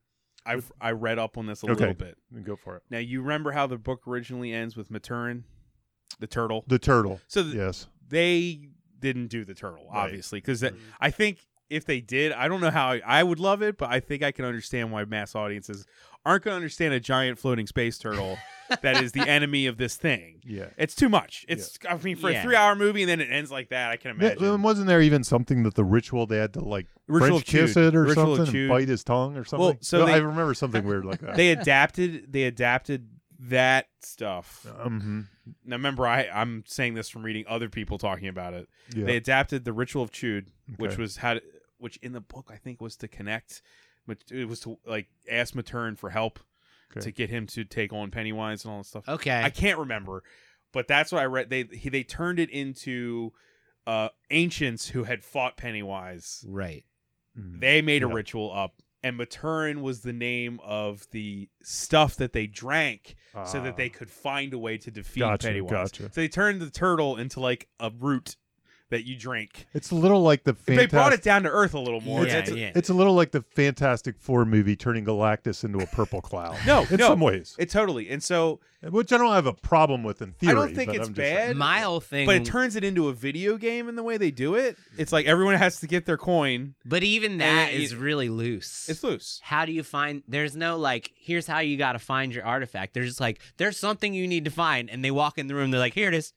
I I read up on this a
Okay.
little bit.
Then Go for it.
Now you remember how the book originally ends with Maturin, the turtle.
The turtle.
So th-
Yes.
they didn't do the turtle,
Right.
obviously, because I think if they did, I don't know how I, I would love it, but I think I can understand why mass audiences aren't going to understand a giant floating space turtle that is the enemy of this thing.
Yeah.
It's too much. It's I mean for
Yeah.
a three hour movie and then it ends like that. I can
Yeah,
imagine.
and wasn't there even something that the ritual they had to like
Ritual
French
of
kiss
Chewed.
it or
Ritual of
something, and
Chewed.
bite his tongue or something?
so
No,
they-
I remember something weird like that.
they adapted. They adapted that stuff.
Mhm.
Now remember, I I'm saying this from reading other people talking about it.
yeah.
They adapted the ritual of Chud, which
Okay.
was how, to, which in the book I think was to connect, but it was to like ask Matern for help
Okay.
to get him to take on Pennywise and all that stuff.
Okay.
I can't remember, but that's what I read. They he, they turned it into uh ancients who had fought Pennywise.
right.
Mm.
They made a
Yeah.
ritual up, and Matern was the name of the stuff that they drank so that they
Ah.
could find a way to defeat
Gotcha,
Pennywise.
gotcha.
So they turned the turtle into like a root that you drink.
It's a little like the
They brought it
fantastic.
down to earth a little more.
Yeah,
That's-
yeah.
It's a little like the Fantastic Four movie turning Galactus into a purple cloud.
No,
in
no.
some ways,
It totally. And so
which I don't have a problem with in theory.
I don't think
but
it's
I'm just like-
bad.
My whole thing.
but it turns it into a video game in the way they do it. It's like everyone has to get their coin.
but even that
And it-
is really loose.
It's loose.
how do you find there's no like here's how you got to find your artifact there's just like there's something you need to find and they walk in the room they're like here it is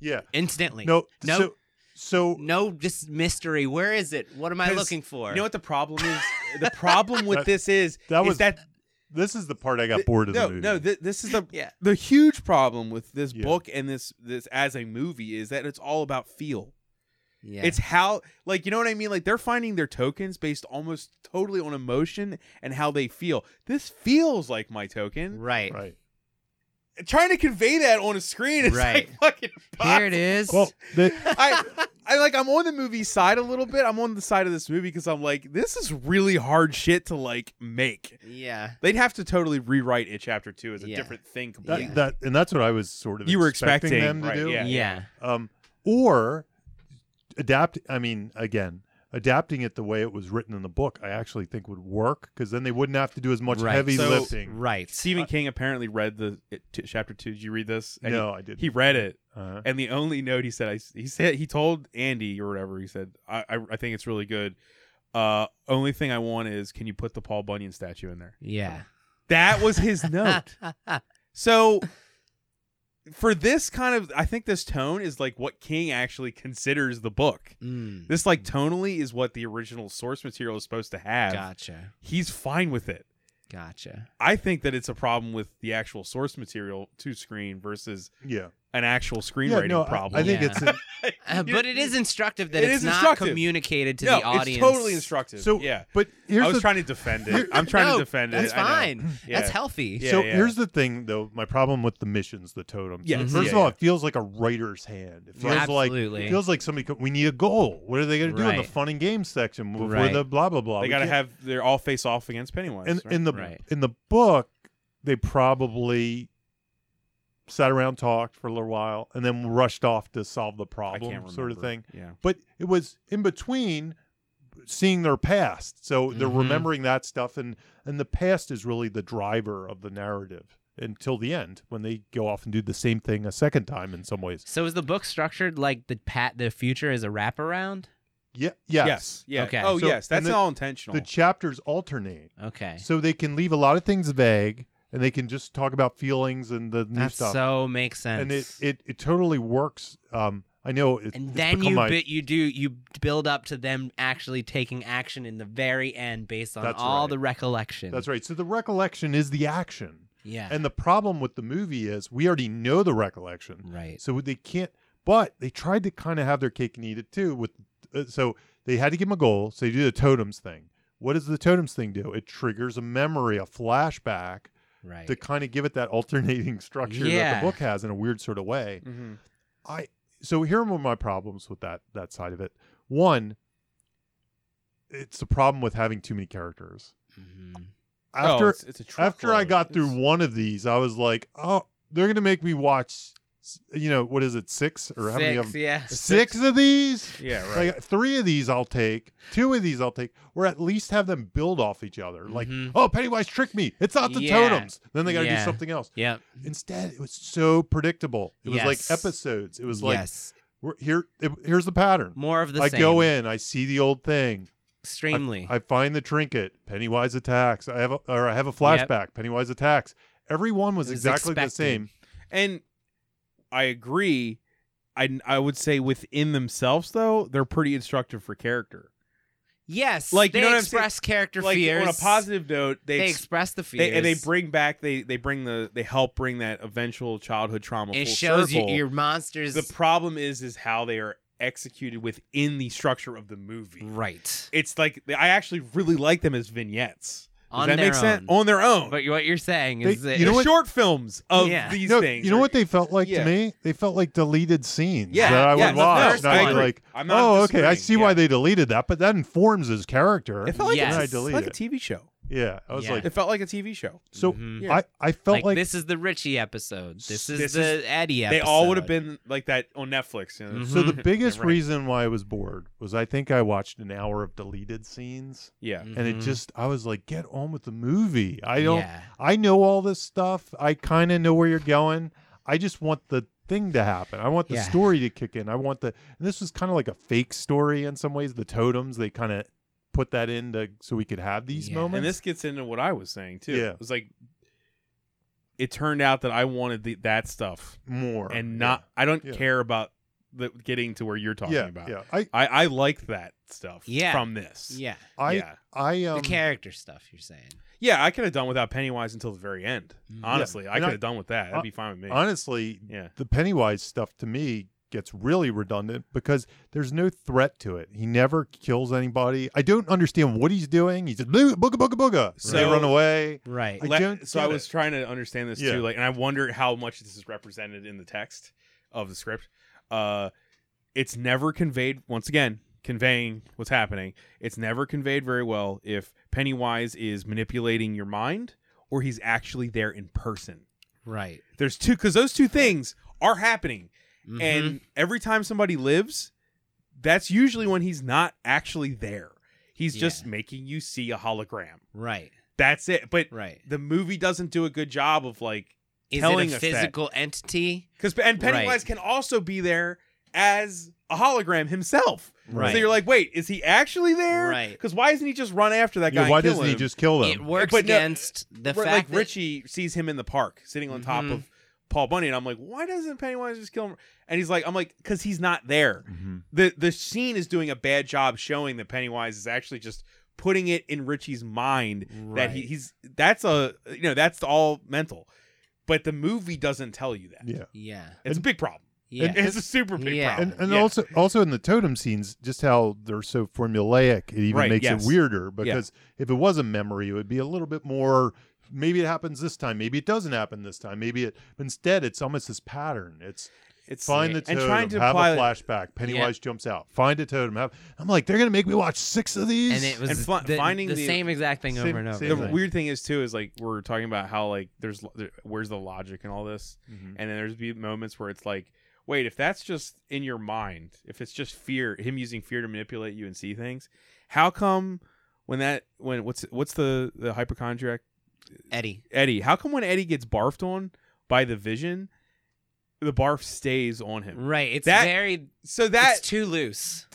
Yeah.
instantly
No.
no
So, so
no just mystery where is it what am i
'Cause
looking for
You know what the problem is? the problem with
That-
this is
that
is
was-
that
this is the part I got bored of
no
the movie.
no th- this is the
Yeah.
the huge problem with this
Yeah.
book and this this as a movie is that it's all about feel.
yeah
It's how like you know what I mean like they're finding their tokens based almost totally on emotion and how they feel. This feels like my token.
right,
right.
Trying to convey that on a screen is
Right.
like fucking
here it is
Well, they,
I, I like I'm on the movie side a little bit. I'm on the side of this movie because I'm like, this is really hard shit to like make.
yeah
They'd have to totally rewrite it chapter two as a
Yeah.
different thing
that,
completely.
Yeah.
that and that's what I was sort of
You were
expecting,
expecting,
them to
right,
do.
yeah.
yeah,
um, or adapt. I mean, again, adapting it the way it was written in the book, I actually think would work because then they wouldn't have to do as much
Right.
heavy
So-
lifting.
right
Stephen King apparently read the it, t- chapter two. Did you read this? And
No,
he,
I didn't.
He read it,
Uh-huh.
and the only note he said, I s- he said he told Andy or whatever. He said, I I, I think it's really good. Uh, only thing I want is, can you put the Paul Bunyan statue in there?
yeah
That was his note. So for this kind of I think this tone is like what King actually considers the book.
Mm,
This like tonally is what the original source material is supposed to have.
gotcha
He's fine with it.
gotcha
I think that it's a problem with the actual source material to screen versus
Yeah,
an actual
yeah.
screenwriting
No, I,
problem.
I think
Yeah.
it's.
Uh, but it is instructive that
It
it's
is
not
instructive.
communicated to
no,
the audience
it's totally instructive.
so
yeah.
But here's
I was
the
trying to defend it. I'm trying
No,
to defend
that's
it. I know.
fine
Yeah.
that's healthy
Yeah,
so
yeah.
here's the thing, though. My problem with the missions, the totem.
Yeah,
First
mhm.
of
yeah,
all,
yeah.
it feels like a writer's hand. It feels like
Absolutely.
it feels like somebody. Could, we need a goal. What are they going to do in
Right.
the fun and games section before
Right.
the blah blah blah?
They
We
got to
can't-
have they're all face off against Pennywise.
in,
right?
in the
Right.
in the book they probably sat around talked for a little while and then rushed off to solve the
I can't
problem sort of
remember.
thing
Yeah.
but it was in between seeing their past so they're
Mhm.
remembering that stuff and and the past is really the driver of the narrative until the end when they go off and do the same thing a second time in some ways
So is the book structured like the pat the future is a wraparound?
yeah
Yes.
yes,
Yeah.
Okay.
Oh
So-
yes,
and
that's
the-
all intentional.
the chapters alternate
Okay.
so they can leave a lot of things vague and they can just talk about feelings and the new
That
stuff
so makes sense.
and it, it it totally works. Um, I know. It,
and
it's
then
become
you
my,
bit you do you build up to them actually taking action in the very end based on
That's
all
right.
the recollection.
That's right. So the recollection is the action,
Yeah.
and the problem with the movie is we already know the recollection,
right.
so they can't. But they tried to kind of have their cake and eat it too. With uh, so they had to give them a goal. So they do the totems thing. What does the totems thing do? It triggers a memory, a flashback,
Right.
to kind of give it that alternating structure that
Yeah.
the book has in a weird sort of way.
Mm-hmm.
Mhm.
I so here are my problems with that that side of it. One, it's a problem with having too many characters.
Mhm.
Oh,
After
it's, it's a
after I
truckload.
got through
It's-
one of these, I was like, oh, they're gonna make me watch, s- you know, what is it, six or how many of
Six,
them?
yeah.
Six, of these.
yeah, right.
Like three of these I'll take, two of these I'll take, or at least have them build off each other. Like,
Mhm.
oh, Pennywise tricked me. It's not the
Yeah.
totems. Then they got to do
Yeah.
something else.
Yep.
Instead, it was so predictable. It was
Yes.
like episodes. It was like
yes.
we're, here. It, here's the pattern.
More of the
I
same.
go in, I see the old thing.
Extremely.
I find the trinket. Pennywise attacks. I have a, or I have a flashback. Pennywise attacks. Every one was,
It was
exactly the
expected.
same.
And I agree. I I would say within themselves though, they're pretty instructive for character.
yes.
Like,
they
you know what I'm saying?
express character
Like
fears.
on a positive note, they,
they
ex-
express the fears.
they and they bring back they they bring the they help bring that eventual childhood trauma.
It
full
shows you
circle.
your monsters.
The problem is is how they are executed within the structure of the movie.
right.
It's like I actually really like them as vignettes. Does
On
that
their
make sense?
own.
On their own.
But what you're saying
They-
is that
you know
They're
what-
short films of
Yeah.
these
No,
things.
you know
or-
what they felt like
Yeah.
to me? They felt like deleted scenes
Yeah,
that I
yeah,
would
no,
watch.
no,
and
I
I'd be
agree.
like,
I'm not
oh, okay, I
disagreeing.
see
Yeah.
why they deleted that, but that informs his character.
It felt like,
Yes.
And I
it felt like
deleted
a
it.
TV show.
Yeah, I was
Yeah.
like,
It felt like a TV show.
so
Mhm.
Yeah.
I, I felt
like,
like,
this is the Richie episode. This is
This
the Eddie
They
episode.
all would have been like that on Netflix. You know?
Mhm.
so the biggest
Right.
reason why I was bored was I think I watched an hour of deleted scenes,
Yeah.
Mhm.
and it just I was like, get on with the movie. I don't.
Yeah.
I know all this stuff. I kind of know where you're going. I just want the thing to happen. I want the
Yeah.
story to kick in. I want the. And this was kind of like a fake story in some ways. The totems they kind of put that in to, so we could have these
Yeah.
moments.
And this gets into what I was saying too.
Yeah.
It was like it turned out that I wanted the, that stuff
more
and not I don't
Yeah.
care about the, getting to where you're
Yeah.
talking
yeah,
about.
yeah. I
I I like that stuff
Yeah.
from this.
Yeah.
I
yeah.
I um.
the character stuff you're saying.
Yeah, I could have done without Pennywise until the very end.
Mhm.
Honestly, I
And
could
I-
have done with that. That'd
hon-
be fine with me.
honestly,
yeah.
the Pennywise stuff to me gets really redundant because there's no threat to it. He never kills anybody. I don't understand what he's doing. He's just "Boo- booga booga booga. So they
So-
run away.
Right.
I
Le-
don't
so I
get
was
it.
trying to understand this
Yeah.
too, like, and I wonder how much this is represented in the text of the script. Uh, it's never conveyed. Once again, conveying what's happening. It's never conveyed very well if Pennywise is manipulating your mind or he's actually there in person.
Right.
There's two because those two things are happening,
Mhm.
and every time somebody lives, that's usually when he's not actually there. He's just
Yeah.
making you see a hologram.
right.
That's it. But
Right.
the movie doesn't do a good job of like
Is
telling
it a
us that.
physical entity?
because and
Right.
Pennywise can also be there as a hologram himself.
Right.
So you're like, wait, is he actually there?
Right.
Because why isn't he just run after that guy?
Yeah, why
and kill
doesn't he
him?
just kill them?
It works
But no,
against the
Ri-
fact
like Richie sees him in the park sitting on top
Mhm.
of Paul Bunny, and I'm like, why doesn't Pennywise just kill him? And he's like, I'm like, because he's not there.
Mm-hmm.
the The scene is doing a bad job showing that Pennywise is actually just putting it in Richie's mind
that,
that he, he's that's a you know that's all mental, but the movie doesn't tell you that.
Yeah.
yeah
It's a big problem.
yeah
and-
It's a super big
Oh, Yeah.
problem.
And and
Yeah.
also also in the totem scenes, just how they're so formulaic, it even
Right,
makes
yes.
it weirder because if it was a memory, it would be a little bit more maybe it happens this time, maybe it doesn't happen this time. Maybe it instead it's almost this pattern. It's
it's
Find the
and
totem.
trying to
have
apply
a flashback. Pennywise jumps out. Find a totem. Have, I'm like, they're gonna make me watch six of
and
these.
it was
And fi-
the,
finding
the,
the-
same exact thing
same-
over and over
same
the
thing.
weird thing is too is like we're talking about how like there's lo- there, where's the logic in all this,
Mhm.
Mm-hmm. and then there's be moments where it's like, wait, if that's just in your mind, if it's just fear, him using fear to manipulate you and see things, how come when that when what's what's the the hypochondriac
eddie
Eddie? How come when Eddie gets barfed on by the vision, the barf stays on him?
Mm.
right it's
That-
very
So that
it's too loose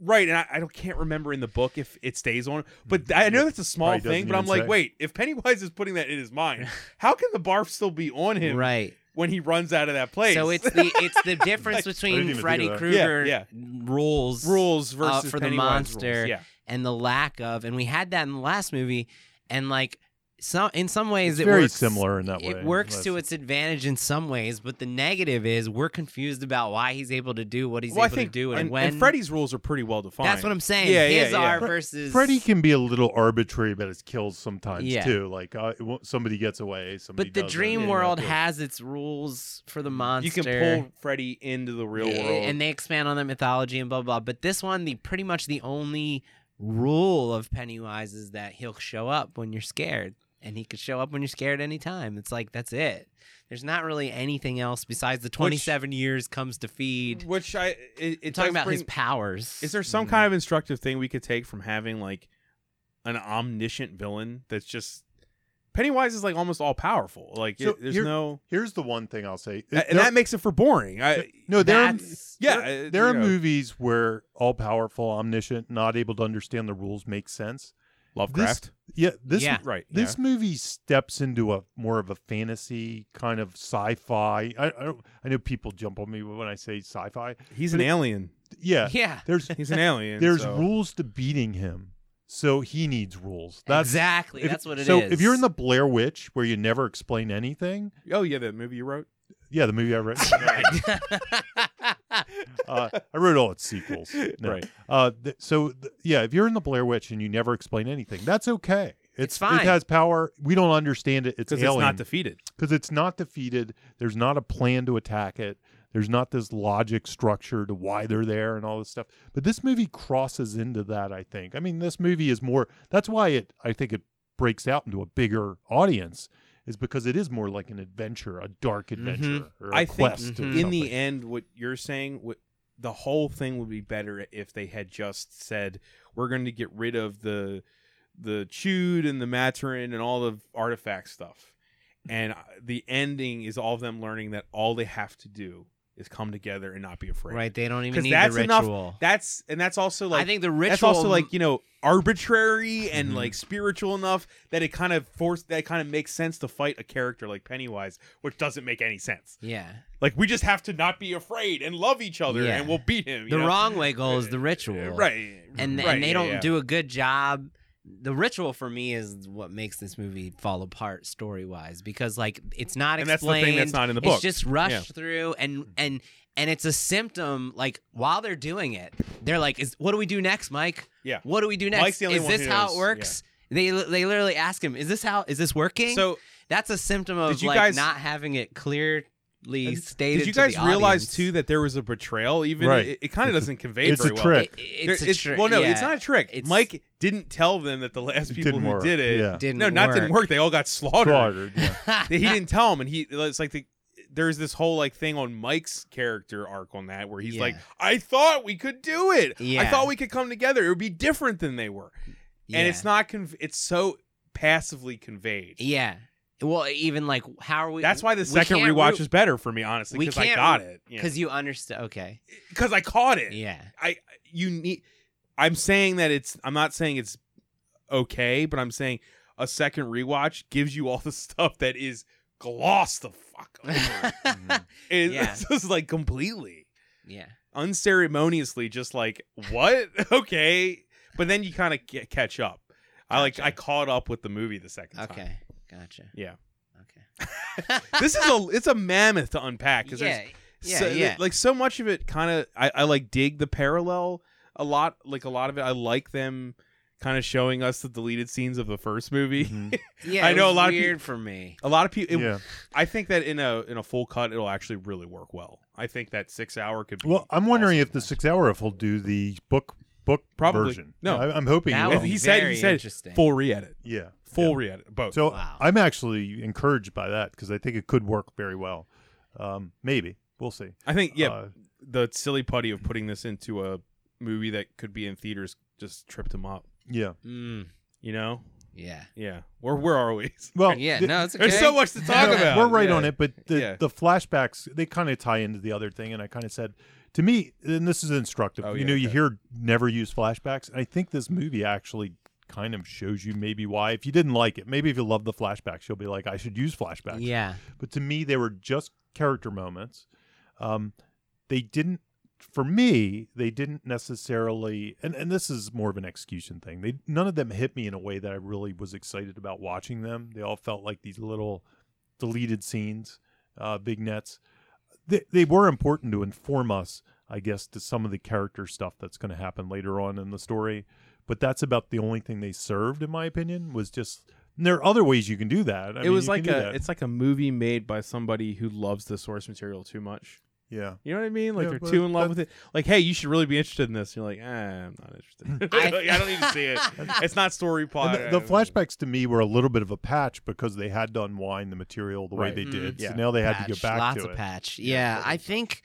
Right, and I, I don't can't remember in the book if it stays on, but I know that's a small
Mm. Probably doesn't
thing. But I'm
even
like,
say.
wait, if Pennywise is putting that in his mind, how can the barf still be on him
right
when he runs out of that place?
so it's the it's the difference
didn't
between
even
freddy
think of
krueger
Yeah,
rules
rules versus
Uh, for the
Pennywise rules.
monster.
Yeah,
and the lack of and we had that in the last movie and like some in some ways
It's
it
very
works,
similar in that way.
it works to
That's-
its advantage in some ways, but the negative is we're confused about why he's able to do what he's
well, I
able
think
to do and,
and,
when.
and Freddy's rules are pretty well defined.
that's what I'm saying.
Yeah, yeah,
His
yeah.
are
Fre-
versus
Freddy can be a little arbitrary about his kills sometimes
Yeah.
too. Like uh, it won't- somebody gets away, somebody.
But the
doesn't.
dream
Yeah,
world
yeah.
has its rules for the monster.
You can pull Freddy into the real
a-
world.
and they expand on their mythology and blah blah. blah. But this one, the pretty much the only rule of Pennywise is that he'll show up when you're scared, and he could show up when you're scared anytime. It's like that's it. There's not really anything else besides the 27 years comes to feed.
which I it,
I'm
it
talking
does
about
bring,
his powers.
Is there some kind of instructive thing we could take from having like an omniscient villain that's just Pennywise is like almost all powerful. Like
So
it, there's
you're-
no,
Here's the one thing I'll say.
and that makes it for boring. I
no, there are,
That's-
yeah,
there,
uh,
there are
you know,
movies where all powerful, omniscient, not able to understand the rules make sense.
Lovecraft,
Yeah, this
Yeah.
right?
this movie steps into a more of a fantasy kind of sci-fi. I I, don't, I know people jump on me when I say sci-fi.
yeah. he's an alien.
Yeah,
yeah.
there's
He's an alien.
there's
so-
rules to beating him, so he needs rules. That's
exactly.
if-
That's what it is.
so if you're in the Blair Witch where you never explain anything,
Oh yeah, that movie you wrote.
yeah, the movie I read, uh, I wrote all its sequels. No.
Right.
Uh, th- so th- yeah, if you're in the Blair Witch and you never explain anything, that's okay.
It's fine.
It has power. We don't understand it. It's
Because it's
alien
not defeated.
because it's not defeated. There's not a plan to attack it. There's not this logic structure to why they're there and all this stuff. But this movie crosses into that. I think. I mean, this movie is more. That's why it. I think it breaks out into a bigger audience. Is because it is more like an adventure, a dark adventure, or a
Mm-hmm. I think mm-hmm.
quest. or
mhm.
In the
something.
end, what you're saying, what, the whole thing would be better if they had just said, "We're going to get rid of the the chewed and the maturin and all the artifact stuff." And uh, the ending is all of them learning that all they have to do is come together and not be afraid.
right. They don't even
'Cause
need
that's
the
enough-
ritual.
That's and that's also like
I think the ritual.
that's also like you know arbitrary and
Mhm.
like spiritual enough that it kind of forced that kind of makes sense to fight a character like Pennywise, which doesn't make any sense.
yeah.
Like we just have to not be afraid and love each other,
Yeah.
and we'll beat him. you
The
know?
wrong way goal is the ritual.
right?
And,
right,
and they
yeah,
don't
yeah.
do a good job. The ritual for me is what makes this movie fall apart story wise because like it's not
And that's the
explained.
thing that's not in the book.
It's just rushed through and and and it's a symptom. Like while they're doing it, they're like, "Is what do we do next, Mike?
Yeah.
What do we do
Mike's
next?
the only
Is
one
this
who
how
knows."
it works?" They they literally ask him, "Is this how? Is this working?"
so
that's a symptom of
Did you
like
guys-
not having it clearly
And
stated.
did you
to
guys
the
realize
audience.
too that there was a betrayal? Even
Right.
it, it kind of doesn't convey
It's a
very well.
trick.
It- it's,
There-
a trick.
well, no,
yeah.
it's not a trick.
It's-
Mike didn't tell them that the last
It
people
didn't
who
work.
did it,
Yeah.
Didn't
no, not didn't work. They all got slaughtered.
Slaughtered, yeah.
They- he didn't tell him, and he it's like the there's this whole like thing on Mike's character arc on that where he's like,
Yeah.
I thought we could do it. I
Yeah.
thought we could come together. It would be different than they were, and it's not. Conv- it's so passively conveyed.
Yeah. Well, even like how are we?
That's why the second rewatch is better for me, honestly,
we
because I
can't
got
root-
it. Because
because you understood. Okay.
I caught it.
Yeah.
You need. I'm saying that it's. I'm not saying it's okay, but I'm saying a second rewatch gives you all the stuff that is glossed the fuck over. It-
Yeah.
It's just like completely
yeah.
unceremoniously, just like what? okay, but then you kind of get catch up. I like
Gotcha.
I caught up with the movie the second time.
Okay. Gotcha.
Yeah.
Okay.
this is a it's a mammoth to unpack because
yeah. Yeah.
so,
yeah.
Like so much of it kind of I, I like dig the parallel a lot. Like a lot of it, I like them kind of showing us the deleted scenes of the first movie.
Mhm.
yeah.
I
it
know a
was
lot of
weird for me.
A lot of people.
yeah.
I think that in a in a full cut, it'll actually really work well. I think that six hour could. be
Well, I'm wondering
awesome.
if the six hour if will do the book book
Probably.
version.
No.
I, am hoping.
That
it
And
would
will.
be
he said
very
he said
interesting.
full re edit,
yeah.
full
Yeah.
re edit both.
So
Wow.
I'm actually encouraged by that because I think it could work very well. Um, maybe we'll see.
I think yeah,
Uh,
the silly putty of putting this into a movie that could be in theaters just tripped him up.
yeah.
Mm,
You know?
yeah.
Yeah. Where where are we?
Well,
Yeah.
th-
No, it's okay.
Oh, There's so much to talk
no,
about.
We're right
Yeah.
on it, but the,
Yeah.
the flashbacks they kind of tie into the other thing, and I kind of said to me, and this is instructive.
Oh,
you
yeah,
know, you
okay.
hear never use flashbacks, and I think this movie actually kind of shows you maybe why. If you didn't like it, maybe if you love the flashbacks, you'll be like, I should use flashbacks.
Yeah.
but to me they were just character moments um they didn't for me they didn't necessarily and, and this is more of an execution thing they none of them hit me in a way that i really was excited about watching them they all felt like these little deleted scenes uh vignettes they, they were important to inform us i guess to some of the character stuff that's going to happen later on in the story but that's about the only thing they served in my opinion was just and there are other ways you can do that I
it
mean,
was
you can
like a
do that.
it's like a movie made by somebody who loves the source material too much.
yeah
You know what I mean? Like
Yeah,
they're
but
too in love with it. Like, hey, you should really be interested in this. And you're like, eh, I'm not interested.
I-
Like, I don't need to see it. It's not story plot.
And the, the flashbacks to me were a little bit of a patch because they had to unwind the material the
Right.
way they
Mm.
did.
Yeah.
So now they had to
patch,
get back
lots
to
of
it.
patch.
Yeah,
Yeah,
that
I
makes
think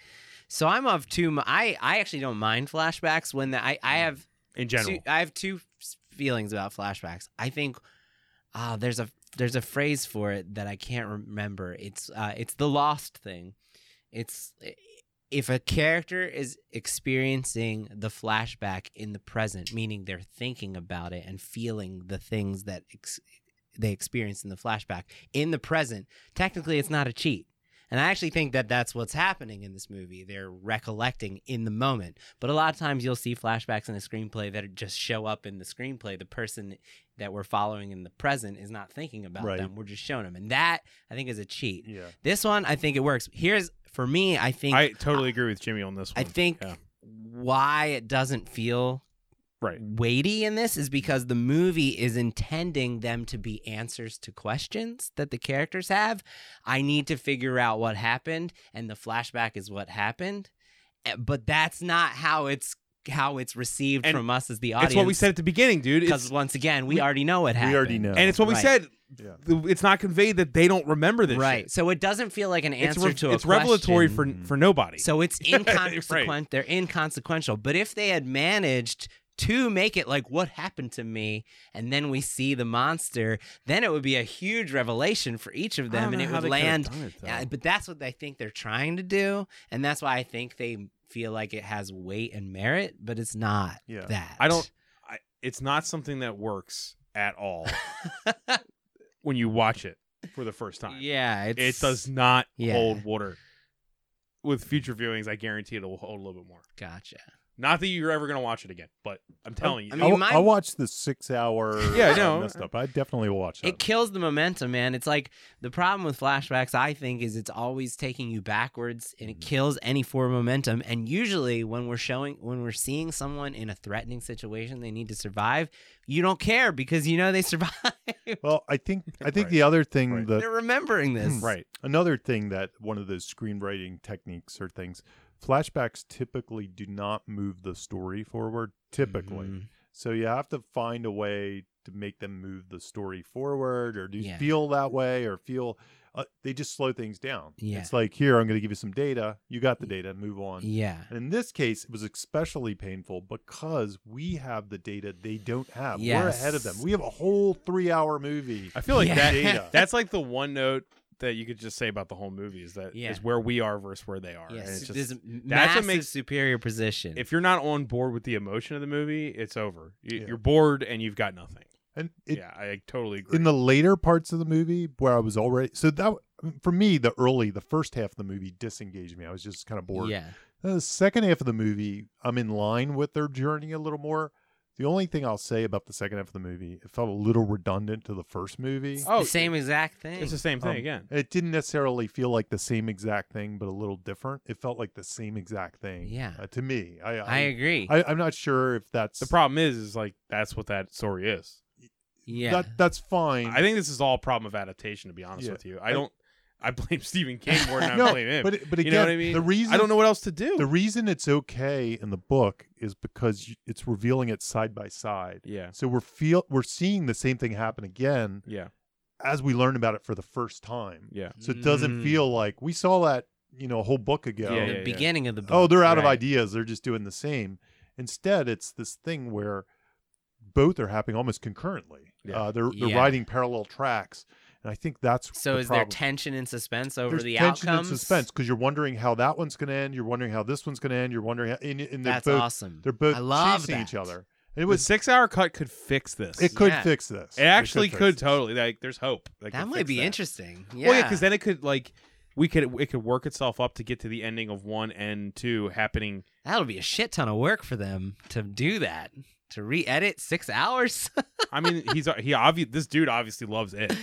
so. I'm of two. mi- I I actually don't mind flashbacks when the, I
Mm.
I have
in general.
two, I have two feelings about flashbacks. I think uh, there's a there's a phrase for it that I can't remember. It's uh, it's the lost thing. It's if a character is experiencing the flashback in the present, meaning they're thinking about it and feeling the things that ex- they experience in the flashback in the present. Technically, it's not a cheat. And I actually think that that's what's happening in this movie. They're recollecting in the moment. But a lot of times you'll see flashbacks in a screenplay that just show up in the screenplay. The person that we're following in the present is not thinking about
Right.
them. We're just showing them. And that, I think, is a cheat.
Yeah.
This one, I think it works. Here's, for me, I think.
I totally agree with Jimmy on this
I
one.
think
Um, Yeah.
why it doesn't feel
Right.
weighty in this is because the movie is intending them to be answers to questions that the characters have. I need to figure out what happened, and the flashback is what happened. Eh, But that's not how it's how it's received
And
from us as the audience.
It's what we said at the beginning, dude.
because
It's,
once again, we,
we-
already know what happened.
We already know.
and it's what we
Right.
said.
Yeah.
The- It's not conveyed that they don't remember this.
right?
shit.
So it doesn't feel like an
It's
answer
re-
to a
it's revelatory
question.
for
question.
for nobody.
So it's inconsequential.
Right.
They're inconsequential. But if they had managed to make it like what happened to me, and then we see the monster, then it would be a huge revelation for each of them, and it would land. Yeah, but that's what I think they're trying to do, and that's why I think they feel like it has weight and merit, but it's not
Yeah.
that.
I don't. I, it's not something that works at all when you watch it for the first time.
yeah,
it
it's,
does not
Yeah.
hold water. With future viewings, I guarantee it'll hold a little bit more.
Gotcha.
Not that you're ever gonna watch it again, but I'm telling you,
Oh, I
I,
mean,
w-
my-
I watched the six hour.
Yeah,
uh,
no.
messed up. I definitely will watch that.
It kills the momentum, man. It's like the problem with flashbacks, I think, is it's always taking you backwards and it
Mhm.
kills any forward momentum. And usually when we're showing when we're seeing someone in a threatening situation they need to survive, you don't care because you know they survive.
well, I think I think
Right.
the other thing
Right.
that
They're remembering this.
right?
another thing that one of those screenwriting techniques or things, flashbacks typically do not move the story forward. Typically,
Mm-hmm.
Mhm.
So you have to find a way to make them move the story forward or do you
Yeah.
feel that way or feel uh, they just slow things down.
Yeah.
It's like, here, I'm going to give you some data. You got the data, move on.
Yeah.
And in this case, it was especially painful because we have the data they don't have. We're ahead of them.
Yes.
We have a whole three hour movie.
I feel like
Yeah.
that
Data.
that's like the one note that you could just say about the whole movie is that is
Yeah.
where we are versus where they are. And
Yes.
it's
This
just,
massive
makes-
superior position.
if you're not on board with the emotion of the movie, it's over. You,
Yeah.
You're bored and you've got nothing.
And it,
yeah, I totally agree.
in the later parts of the movie where I was already, so that for me, the early, the first half of the movie disengaged me. I was just kind of bored.
yeah.
The Uh, second half of the movie, I'm in line with their journey a little more. The only thing I'll say about the second half of the movie, it felt a little redundant to the first movie.
oh,
the same exact thing.
it's the same thing
Um,
again.
It didn't necessarily feel like the same exact thing, but a little different. It felt like the same exact thing.
Yeah.
uh, to me, I,
I
I,
agree.
I, am not sure if that's
The problem is, is like that's what that story is.
yeah.
That that's fine.
I think this is all a problem of adaptation. To be honest
Yeah.
with you, I don't. I blame Stephen King more than I
no,
blame him.
but it- but
You
again,
know what I mean?
the reason
I don't know what else to do.
the reason it's okay in the book is because you- it's revealing it side by side.
yeah,
So we're feel we're seeing the same thing happen again
yeah,
as we learn about it for the first time.
yeah.
So it doesn't
Mm.
feel like we saw that, you know, a whole book ago.
Yeah,
the
yeah, yeah.
beginning of the book.
oh, they're out of
Right.
ideas. They're just doing the same. Instead, it's this thing where both are happening almost concurrently.
Yeah.
Uh, they're they're
Yeah.
riding parallel tracks, and I think that's
So
the
is there
problem.
tension and suspense over
There's
the
tension
outcomes?
and suspense because you're wondering how that one's going to end. You're wondering how this one's going to end. You're wondering, how, and, and they're
That's
both
awesome.
they're both
I love
chasing
that.
each other. And it
The
was
six-hour cut could fix this.
it could
Yeah.
fix this.
It actually
fix
could,
this.
totally. Like, there's hope.
That
could
might
fix
be
that.
interesting. Yeah.
Well, yeah, because then it could like we could it could work itself up to get to the ending of one and two happening.
that'll be a shit ton of work for them to do that. To re-edit six hours.
I mean, he's he obvious. This dude obviously loves it.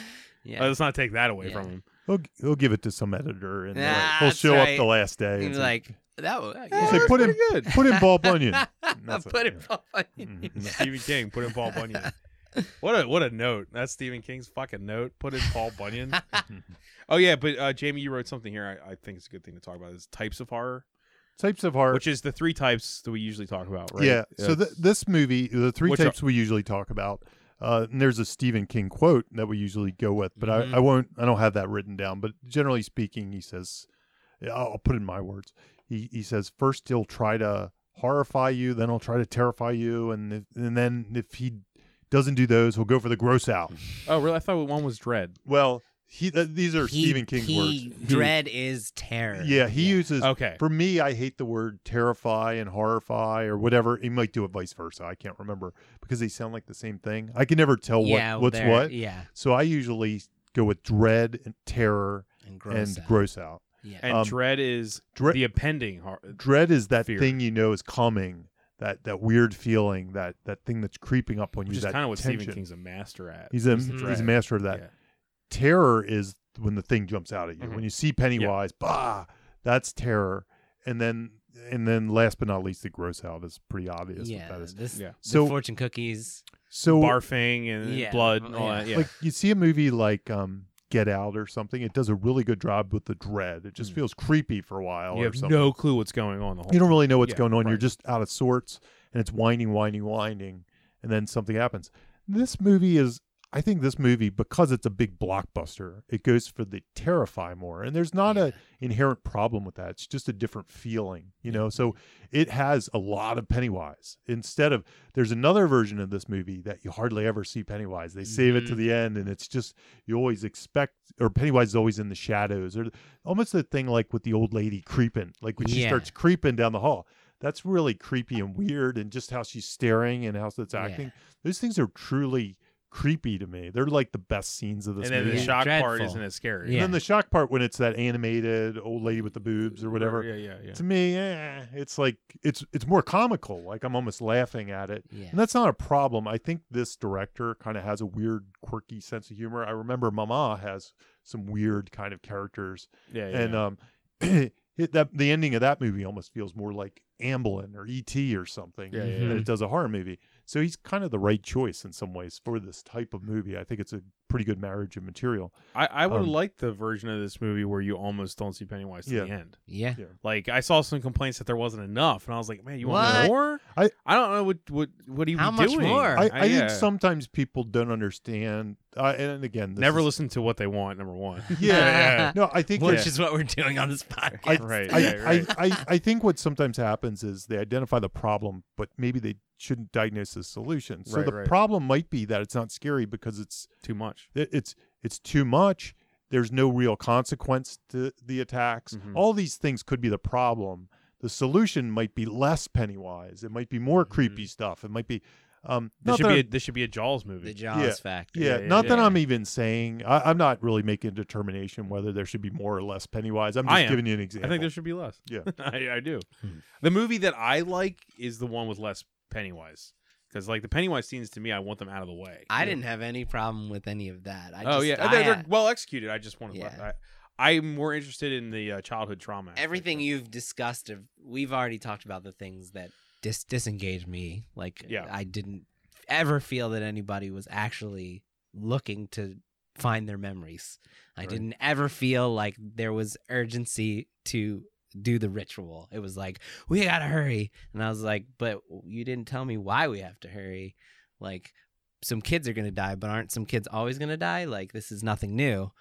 yeah.
Let's not take that away
Yeah.
from him.
He'll, he'll give it to some editor and
Nah,
he'll
that's
show up
right.
the last day.
He'd
and
be
say,
like that. Was,
He'll
yeah.
say,
that's
put him,
pretty good."
put in Paul Bunyan. That's it,
Put it.
yeah.
Yeah.
Mhm.
Stephen King put in Paul Bunyan. What a what a note. That's Stephen King's fucking note. Put in Paul Bunyan. oh yeah, but uh, Jamie, you wrote something here. I, I think it's a good thing to talk about. Is types of horror,
Types of horror.
which is the three types that we usually talk about, right?
Yeah. So th- this movie, the three
Which are-
types we usually talk about, uh, and there's a Stephen King quote that we usually go with, but
Mhm.
I, I won't. I don't have that written down. But generally speaking, he says, I'll I'll put it in my words. He he says first he'll try to horrify you, then he'll try to terrify you, and if, and then if he Doesn't do those. He'll go for the gross out.
Oh, really? I thought one was Dread.
Well, he th- these are
He-
Stephen King's
he,
words.
Dread is terror.
Yeah, he uses.
Okay.
For me, I hate the word terrify and horrify or whatever. He might do it vice versa. I can't remember because they sound like the same thing. I can never tell what
yeah,
what's
they're-
what.
Yeah,
So I usually go with dread and terror
and gross.
and
out.
gross out.
Yeah.
And
Um,
Dread is
Dread,
the appending. Har-
dread is that
Fear.
thing you know is coming. That that weird feeling. That that thing that's creeping up on you.
which is
that
kind of what Stephen
tension.
King's a master at.
He's a
is the
he's
dread.
a master of that.
Yeah.
terror is when the thing jumps out at you.
Mhm.
When you see Pennywise, bah, that's terror. And then and then last but not least, the gross out is pretty obvious
yeah,
what that is.
this-
Yeah.
the
So-
fortune cookies.
So
Barfing and
Yeah.
blood and all that. Yeah.
like you see a movie like um Get Out or something, it does a really good job with the dread. It just
Mm.
feels creepy for a while
you
or
have
something.
no clue what's going on the whole
you don't really know what's
Yeah,
going on. You're
right.
just out of sorts and it's winding, winding, winding, and then something happens. This movie is I think this movie, because it's a big blockbuster, it goes for the terrify more. And there's not a
Yeah.
inherent problem with that. It's just a different feeling, you know.
Mm-hmm.
So it has a lot of Pennywise. Instead of there's another version of this movie that you hardly ever see Pennywise. They save it to
Mm-hmm.
Mhm.
the end, and it's just you always expect or Pennywise is always in the shadows or almost the thing like with the old lady creeping, like when she
Yeah.
starts creeping down the hall. That's really creepy and weird, and just how she's staring and how it's
Yeah.
acting. Those things are truly creepy to me. They're like the best scenes of this
And then
movie.
the
Yeah.
shock part
Dreadful.
isn't as scary.
And
Yeah.
then the shock part when it's that animated old lady with the boobs or whatever.
Yeah, yeah, yeah.
To me, eh, it's like it's it's more comical. Like I'm almost laughing at it,
Yeah.
and that's not a problem. I think this director kind of has a weird, quirky sense of humor. I remember Mama has some weird kind of characters,
yeah, yeah,
and
yeah.
um, it, that the ending of that movie almost feels more like Amblin or E.T. or something
yeah, yeah,
Mhm.
than it does a horror movie. So he's kind of the right choice in some ways for this type of movie. I think it's a pretty good marriage of material.
I, I would have
um,
liked the version of this movie where you almost don't see Pennywise to
Yeah.
the end.
Yeah.
Like I saw some complaints that there wasn't enough, and I was like, "Man, you want
What?
more?
I-
I don't know what what what he
How
was
much
doing.
more?
I, I
yeah.
think sometimes people don't understand. Uh, and again, this
never
is-
listen to what they want. Number one,
Yeah, no, I think
Which
it's-
is what we're doing on this podcast.
I,
Right,
I,
right, right.
I, I, I think what sometimes happens is they identify the problem, but maybe they shouldn't diagnose the solution. So
Right,
the
right.
problem might be that it's not scary because it's
too much.
it- it's it's too much. There's no real consequence to the attacks.
Mhm.
All these things could be the problem. The solution might be less Pennywise. It might be more creepy stuff. It might be. Um,
This
not
Mm-hmm. should
that
be
I'm-
a, this should be a Jaws movie.
the Jaws
Yeah.
factor.
yeah,
yeah,
not that
yeah.
I'm even saying I, I'm not really making a determination whether there should be more or less Pennywise. I'm
I am.
just giving you an
I
example.
think there should be less.
Yeah.
I, I do.
Hmm.
The movie that I like is the one with less Pennywise, because like the Pennywise scenes to me, I want them out of the way.
I didn't have any problem with any of that. I
oh
just,
yeah,
I
they're, they're
had-
well executed. I just want to.
Yeah.
I, I'm more interested in the uh, childhood trauma. aspect
everything
of it.
you've discussed. Of, we've already talked about the things that dis- disengaged me. Like
Yeah.
I didn't ever feel that anybody was actually looking to find their memories. I
Right.
didn't ever feel like there was urgency to do the ritual. It was like we gotta hurry, and I was like, but you didn't tell me why we have to hurry. Like some kids are gonna die, but aren't some kids always gonna die? Like this is nothing new.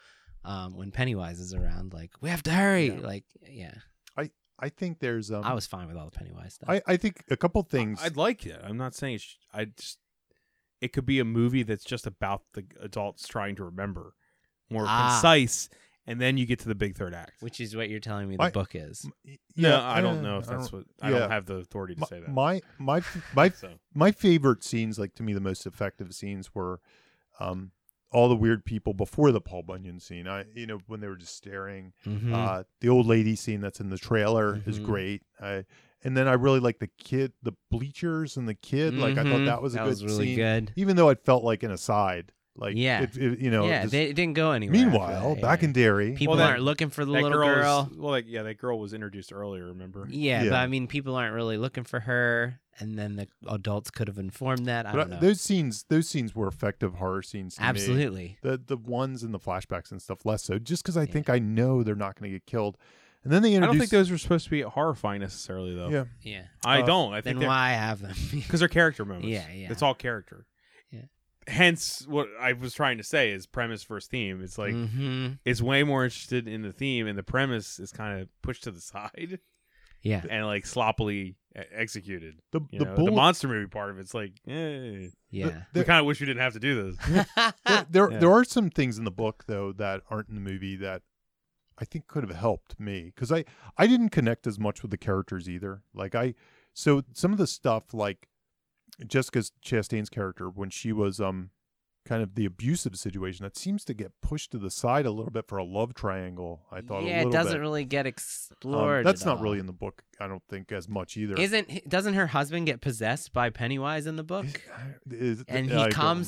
Um, when Pennywise is around, like we have to hurry.
Yeah.
Like yeah,
I think there's um
I was fine with all the Pennywise stuff.
I, I think a couple things
I'd like it. I'm not saying it sh- I just. It could be a movie that's just about the adults trying to remember, more
Ah.
concise, and then you get to the big third act.
which is what you're telling me the
I-
book is.
yeah,
no, I don't
uh,
know if
I
that's
don't-
what I don't
yeah.
have the authority to
my,
say that.
my my f- my
so,
my favorite scenes like to me the most effective scenes were um all the weird people before the Paul Bunyan scene. I you know when they were just staring
Mhm.
Uh, the old lady scene that's in the trailer is
Mhm.
great. I, and then I really like the kid, the bleachers and the kid. Like I
Mhm.
thought that was a
that
good
was really
scene,
good.
even though it felt like an aside. Like
Yeah.
it, it- you know.
yeah,
just-
they it didn't go anywhere. after
meanwhile,
that,
back
yeah.
in Derry,
people
Well, that-
aren't looking for the
that
little
girl,
girl.
Is, well, like yeah, that girl was introduced earlier. Remember?
Yeah,
Yeah.
but I mean, people aren't really looking for her, and then the adults could have informed that. I
but
don't
I-
know.
those scenes, those scenes were effective horror scenes. To me.
Absolutely.
The the ones in the flashbacks and stuff less so, just because I think I know they're not going to get killed. And then they
I
introduce.
don't think those were supposed to be horrifying necessarily, though.
Yeah.
Yeah.
I
Uh,
don't. I think
Then
they're
why have them?
because they're character moments.
Yeah, yeah.
It's all character.
Yeah.
Hence, what I was trying to say is premise versus theme. It's like
Mhm.
it's way more interested in the theme, and the premise is kind of pushed to the side.
Yeah.
and like sloppily e- executed.
The,
You
the
know,
bullet.
the monster movie part of it's like, eh,
Yeah.
we
The-
kind of wish we didn't have to do this.
there, there,
Yeah.
there are some things in the book though that aren't in the movie that I think could have helped me because I I didn't connect as much with the characters either. Like I, so some of the stuff like Jessica Chastain's character when she was um kind of the abusive situation that seems to get pushed to the side a little bit for a love triangle. I thought
yeah,
a little
it doesn't
bit.
really get
Um,
explored.
that's
at
not
all.
really in the book. I don't think as much either.
Isn't doesn't her husband get possessed by Pennywise in the book?
Is- is-
And
I
he
don't
comes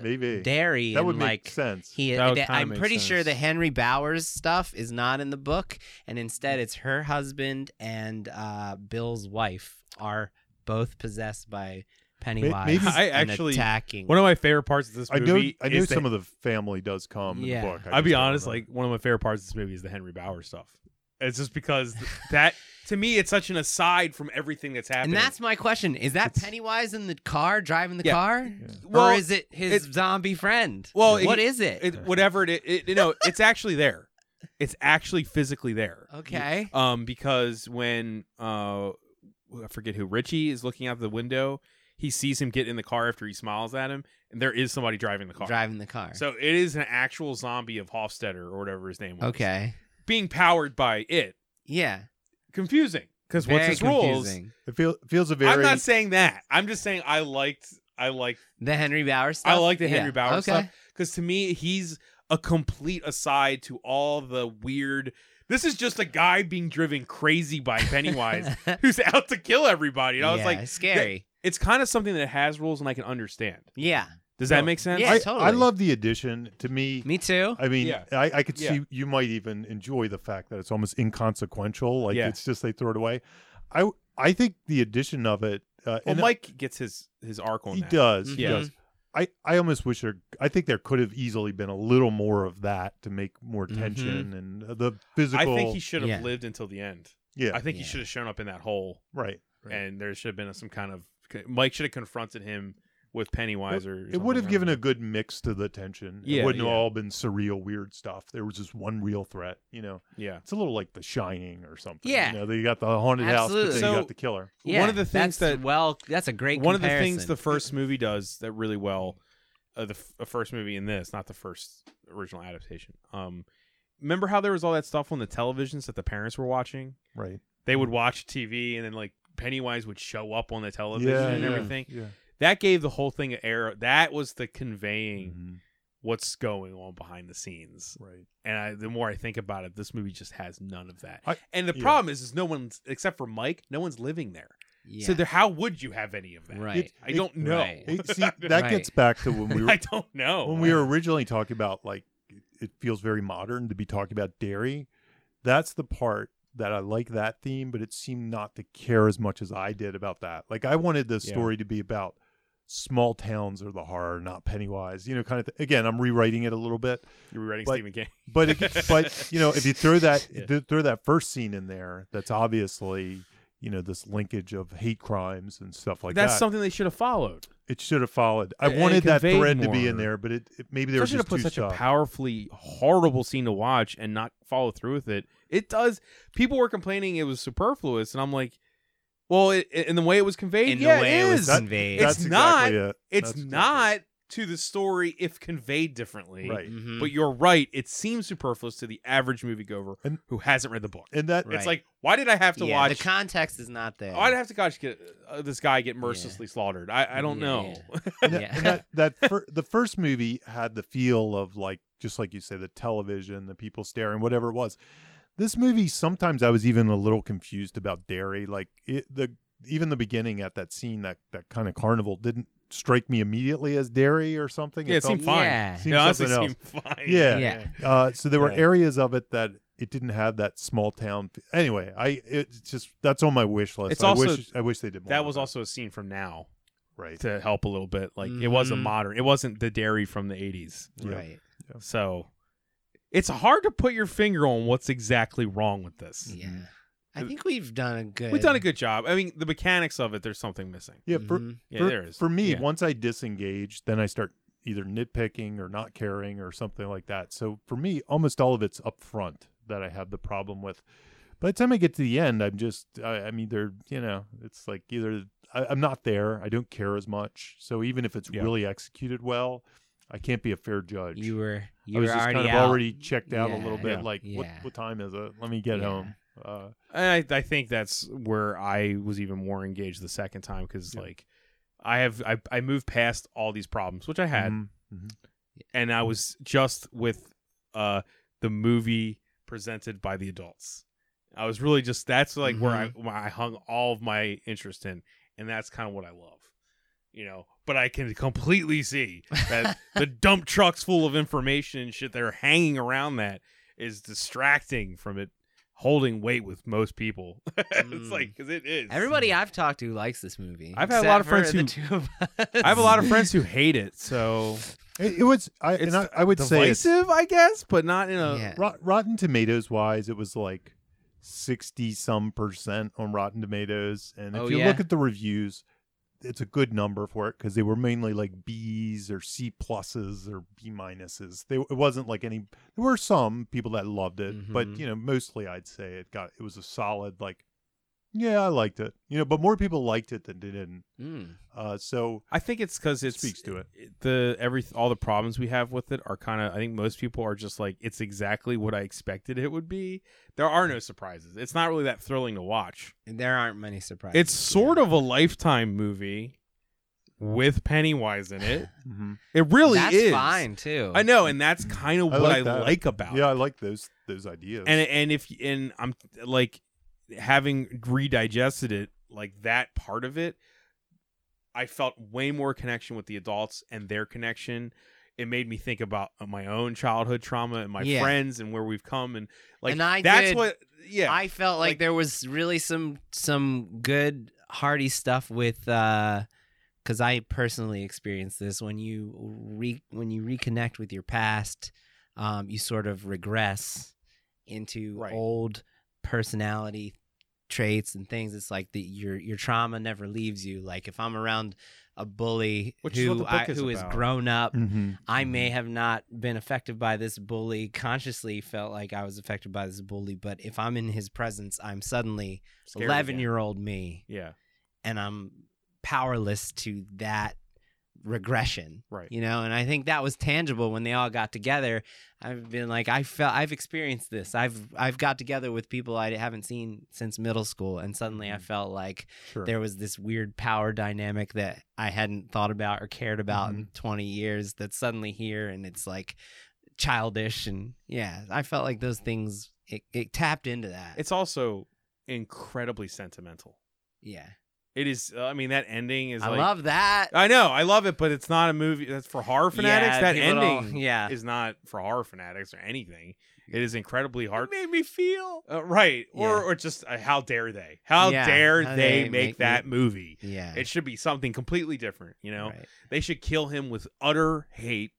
to
maybe
Derry
that
and
would
like
make sense.
he.
That would
th-
kinda
I'm
make
pretty sure the
sense.
Henry Bowers stuff is not in the book, and instead it's her husband and uh, Bill's wife are both possessed by Pennywise.
maybe-
I
and
actually-
attacking.
One of my favorite parts of this
I
movie
know. I know
is the-
some of the family does come
Yeah.
in the book. I
I'll be
just don't
honest,
know.
like one of my favorite parts of this movie is the Henry Bauer stuff. It's just because th- that to me it's such an aside from everything that's
and
happening.
that's my question: Is that
It's-
Pennywise in the car driving the
Yeah.
car,
Well,
or is it his
it-
zombie friend?
Well, it-
what is it?
it, whatever it, it you know, it's actually there. It's actually physically there.
okay.
Um, because when uh, I forget who Richie is looking out the window, he sees him get in the car after he smiles at him, and there is somebody driving the car.
Driving the car.
So it is an actual zombie of Hofstetter or whatever his name was.
okay.
being powered by it,
Yeah.
confusing. Because what's
Very
his rules?
confusing.
it feels feels a very.
I'm not saying that. I'm just saying I liked I liked
The Henry Bauer stuff.
I like the Henry
Yeah.
Bowers
okay.
stuff because to me he's a complete aside to all the weird. This is just a guy being driven crazy by Pennywise who's out to kill everybody. And I was
Yeah,
like,
scary.
it's kind of something that has rules and I can understand.
yeah.
Does
No.
that make sense?
Yeah,
I, I
totally.
love the addition. To me,
Me too.
I mean,
Yeah.
I, I could
Yeah.
see you might even enjoy the fact that it's almost inconsequential. Like
Yeah.
it's just they throw it away. I I think the addition of it. Uh,
Well,
and
Mike gets his his arc on
he
that. Mm-hmm.
does. He
Yeah.
does. I, I almost wish there. I think there could have easily been a little more of that to make more tension and the
Mm-hmm. I
physical.
think he should have
Yeah.
lived until the end.
yeah.
I think
Yeah.
he should have shown up in that hole,
right. right.
and there should have been some kind of Mike should have confronted him with Pennywise or
It would have
given a.
given a good mix to the tension. it
Yeah,
wouldn't
yeah.
have all been surreal, weird stuff. There was just one real threat. You know,
Yeah.
it's a little like The Shining or something.
Yeah.
you know, they got the haunted house,
Absolutely.
but then you
So-
got the killer.
Yeah,
one of the things
that's-
that-
well, that's a great
One of the things
comparison.
the first movie does that really well, uh, the f- uh, first movie in this, not the first original adaptation. Um, remember how there was all that stuff on the televisions that the parents were watching?
Right.
They would watch TV and then like Pennywise would show up on the television
Yeah,
and
yeah.
everything.
Yeah.
That gave the whole thing an air. That was the conveying
Mhm.
what's going on behind the scenes.
Right.
And I, the more I think about it, this movie just has none of that.
I-
and the
yeah.
problem is, is no one's except for Mike, no one's living there.
yeah.
So there, how would you have any of that?
right.
It-
I don't know.
Right.
Hey, see, that
Right.
gets back to when we
I
were
don't know.
when we were originally talking about like it- it feels very modern to be talking about dairy. That's the part that I like that theme, but it seemed not to care as much as I did about that. Like I wanted the
Yeah.
story to be about small towns are the horror, not Pennywise. You know, kind of. Th- Again, I'm rewriting it a little bit,
you were writing
but-
Stephen King.
but if, but you know, if you throw that
Yeah.
th- throw that first scene in there, that's obviously you know this linkage of hate crimes and stuff like
that's
that.
something they should have followed.
it should have followed. I
And it
wanted that
conveyed
thread to be in
more.
there, but it, it maybe there was
Especially to put
just too
such a
shy.
powerfully horrible scene to watch and not follow through with it. It does. People were complaining it was superfluous, and I'm like, well, it, in the way it was conveyed,
in
yeah,
the way
it
it
is.
was
That-
conveyed.
It's
That's exactly
not-
it.
it's
That's exactly
not to the story if conveyed differently.
Right.
Mhm.
But you're right. It seems superfluous to the average moviegoer
And-
who hasn't read the book.
And that
Right.
It's like, why did I have to
yeah,
watch?
the context is not there.
I'd have to gosh get uh, this guy get mercilessly slaughtered. I, I don't
Yeah,
know.
and that,
Yeah.
and that, that fir- the first movie had the feel of like just like you say the television, the people staring, whatever it was. This movie sometimes I was even a little confused about Derry. Like it, the even the beginning at that scene that that kind of carnival didn't strike me immediately as Derry or something.
Yeah, it
felt-
seemed fine.
Yeah.
seemed
It honestly
something
seemed fine.
Yeah.
Yeah.
Uh, so there were
Yeah.
areas of it that it didn't have that small town. f- Anyway, I it's just that's on my wish list.
It's
I
also-
wish I wish they did more.
That
of
was also a scene from now
right.
to help a little bit. Like it was a
Mhm.
modern. It wasn't the dairy from the 80s.
Yeah.
Right.
So it's hard to put your finger on what's exactly wrong with this.
Yeah. I think we've done a good.
Mm-hmm. We've done a good job. I mean, the mechanics of it, there's something missing.
Yeah, for,
Mhm.
Yeah,
for,
there is.
for me,
Yeah.
once I disengage, then I start either nitpicking or not caring or something like that. So for me, almost all of it's up front that I have the problem with. By the time I get to the end, I'm just I, I'm either you know it's like either I, I'm not there, I don't care as much. So even if it's
Yeah.
really executed well, I can't be a fair judge.
You were you
I was
were
just
already
kind of
out.
already checked out a
Yeah.
little bit.
Yeah.
Like what
Yeah.
what time is it? Let me get
Yeah.
home. Uh,
And I, I think that's where I was even more engaged the second time because
Yeah.
like I have I, I moved past all these problems which I had Mm-hmm.
mhm.
and I was just with uh the movie presented by the adults. I was really just that's like where I
Mm-hmm.
where I hung all of my interest in, and that's kind of what I love, you know. But I can completely see that the dump trucks full of information and shit that are hanging around that is distracting from it holding weight with most people. it's
Mm.
like because it is
Everybody I've talked to likes this movie.
I've had a lot of
except
friends
for the two of us.
I have a lot of friends who hate it, so
It, it was I
It's
and I, I would say it's-
divisive, I guess, but not in a
Yeah.
Rot- Rotten Tomatoes wise, it was like sixty some percent on Rotten Tomatoes, and if
Oh,
you
yeah?
look at the reviews, it's a good number for it because they were mainly like B's or C pluses or B minuses. They it wasn't like any. There were some people that loved it, but
Mhm.
you know, mostly I'd say it got it was a solid like. Yeah, I liked it. You know, but more people liked it than didn't.
Mm.
Uh, so
I think it's because it
Speaks to it.
The every all the problems we have with it are kind of. I think most people are just like it's exactly what I expected it would be. There are no surprises. It's not really that thrilling to watch.
There aren't many surprises.
It's sort of a lifetime movie with Pennywise in it. It really
That's
is.
fine too.
I know, and that's kind of
I
what
like
I
that.
like about
yeah,
it.
I like those those ideas.
And and if and I'm like having redigested it, like that part of it, I felt way more connection with the adults and their connection. It made me think about uh, my own childhood trauma and my
Yeah.
friends and where we've come and like
And I
that's
did-
what yeah
I felt like,
like-
there was really some some good hearty stuff with uh cuz I personally experienced this when you re- when you reconnect with your past um you sort of regress into
Right.
old personality traits and things it's like the your your trauma never leaves you like if I'm around a bully
Which is what
who
the
I,
book is
who is
about.
grown up
Mhm.
I
Mm-hmm.
may have not been affected by this bully consciously felt like I was affected by this bully, but if I'm in his presence, I'm suddenly
Scared again.
11 year old me
yeah
and I'm powerless to that regression.
right
You know, and I think that was tangible when they all got together. I've been like, I felt, I've experienced this. I've, I've got together with people I haven't seen since middle school, and suddenly I
Mhm.
felt like
sure
there was this weird power dynamic that I hadn't thought about or cared about
Mm-hmm.
in 20 years that's suddenly here and it's like childish and yeah, I felt like those things it, it tapped into that.
it's also incredibly sentimental.
yeah.
It is. uh, I mean, that ending is.
I
like,
love that.
I know. I love it, but it's not a movie. That's for horror fanatics.
Yeah,
that
people
ending.
don't- yeah.
is not for horror fanatics or anything. It is incredibly hard.
made me feel.
Uh, right. Or,
Yeah.
or just uh, how dare they? How
Yeah,
dare
how
they,
they
make,
make
that movie?
Yeah.
It should be something completely different, you know?
Right.
They should kill him with utter hate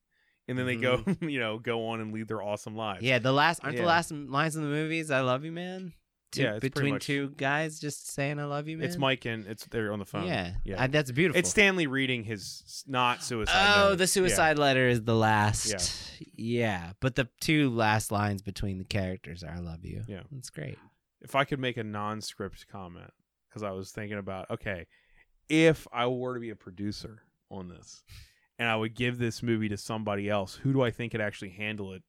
and then they go, you know, go on and lead their awesome lives.
Mm-hmm. Yeah, the last aren't
Yeah.
the last lines in the movies I love you man. Two,
Yeah, it's pretty
between
much-
two guys just saying I love you man.
It's Mike and it's they're on the phone.
Yeah.
Yeah.
I- that's beautiful.
It's Stanley reading his s- not suicide.
Oh,
note.
the
Yeah.
suicide letter is the last. Yeah. But the two last lines between the characters are I love you.
Yeah.
That's great.
if I could make a non-script comment because I was thinking about okay, if I were to be a producer on this and I would give this movie to somebody else, who do I think could actually handle it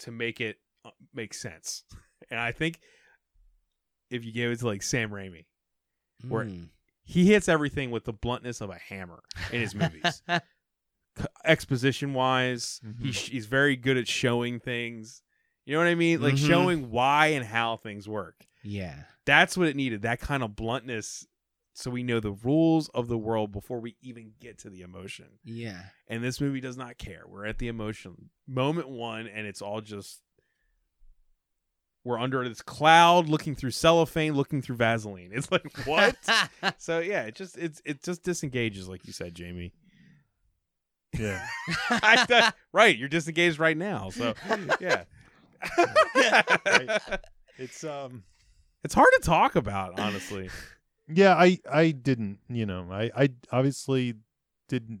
to make it uh, make sense? And I think if you gave it to like Sam Raimi, Or-
Mm.
he hits everything with the bluntness of a hammer in his movies. Exposition wise, he
Mhm.
sh- he's very good at showing things. You know what I mean? Like
Mhm.
showing why and how things work.
yeah.
That's what it needed. That kind of bluntness, so we know the rules of the world before we even get to the emotion.
Yeah.
And this movie does not care. We're at the emotion moment one, and it's all just we're under this cloud, looking through cellophane, looking through Vaseline. It's like what? so yeah, it just it's it just disengages, like you said, Jamie.
yeah.
I thought- right, you're disengaged right now. So yeah.
It's um
It's hard to talk about, honestly.
yeah, I I didn't, you know, I I obviously didn't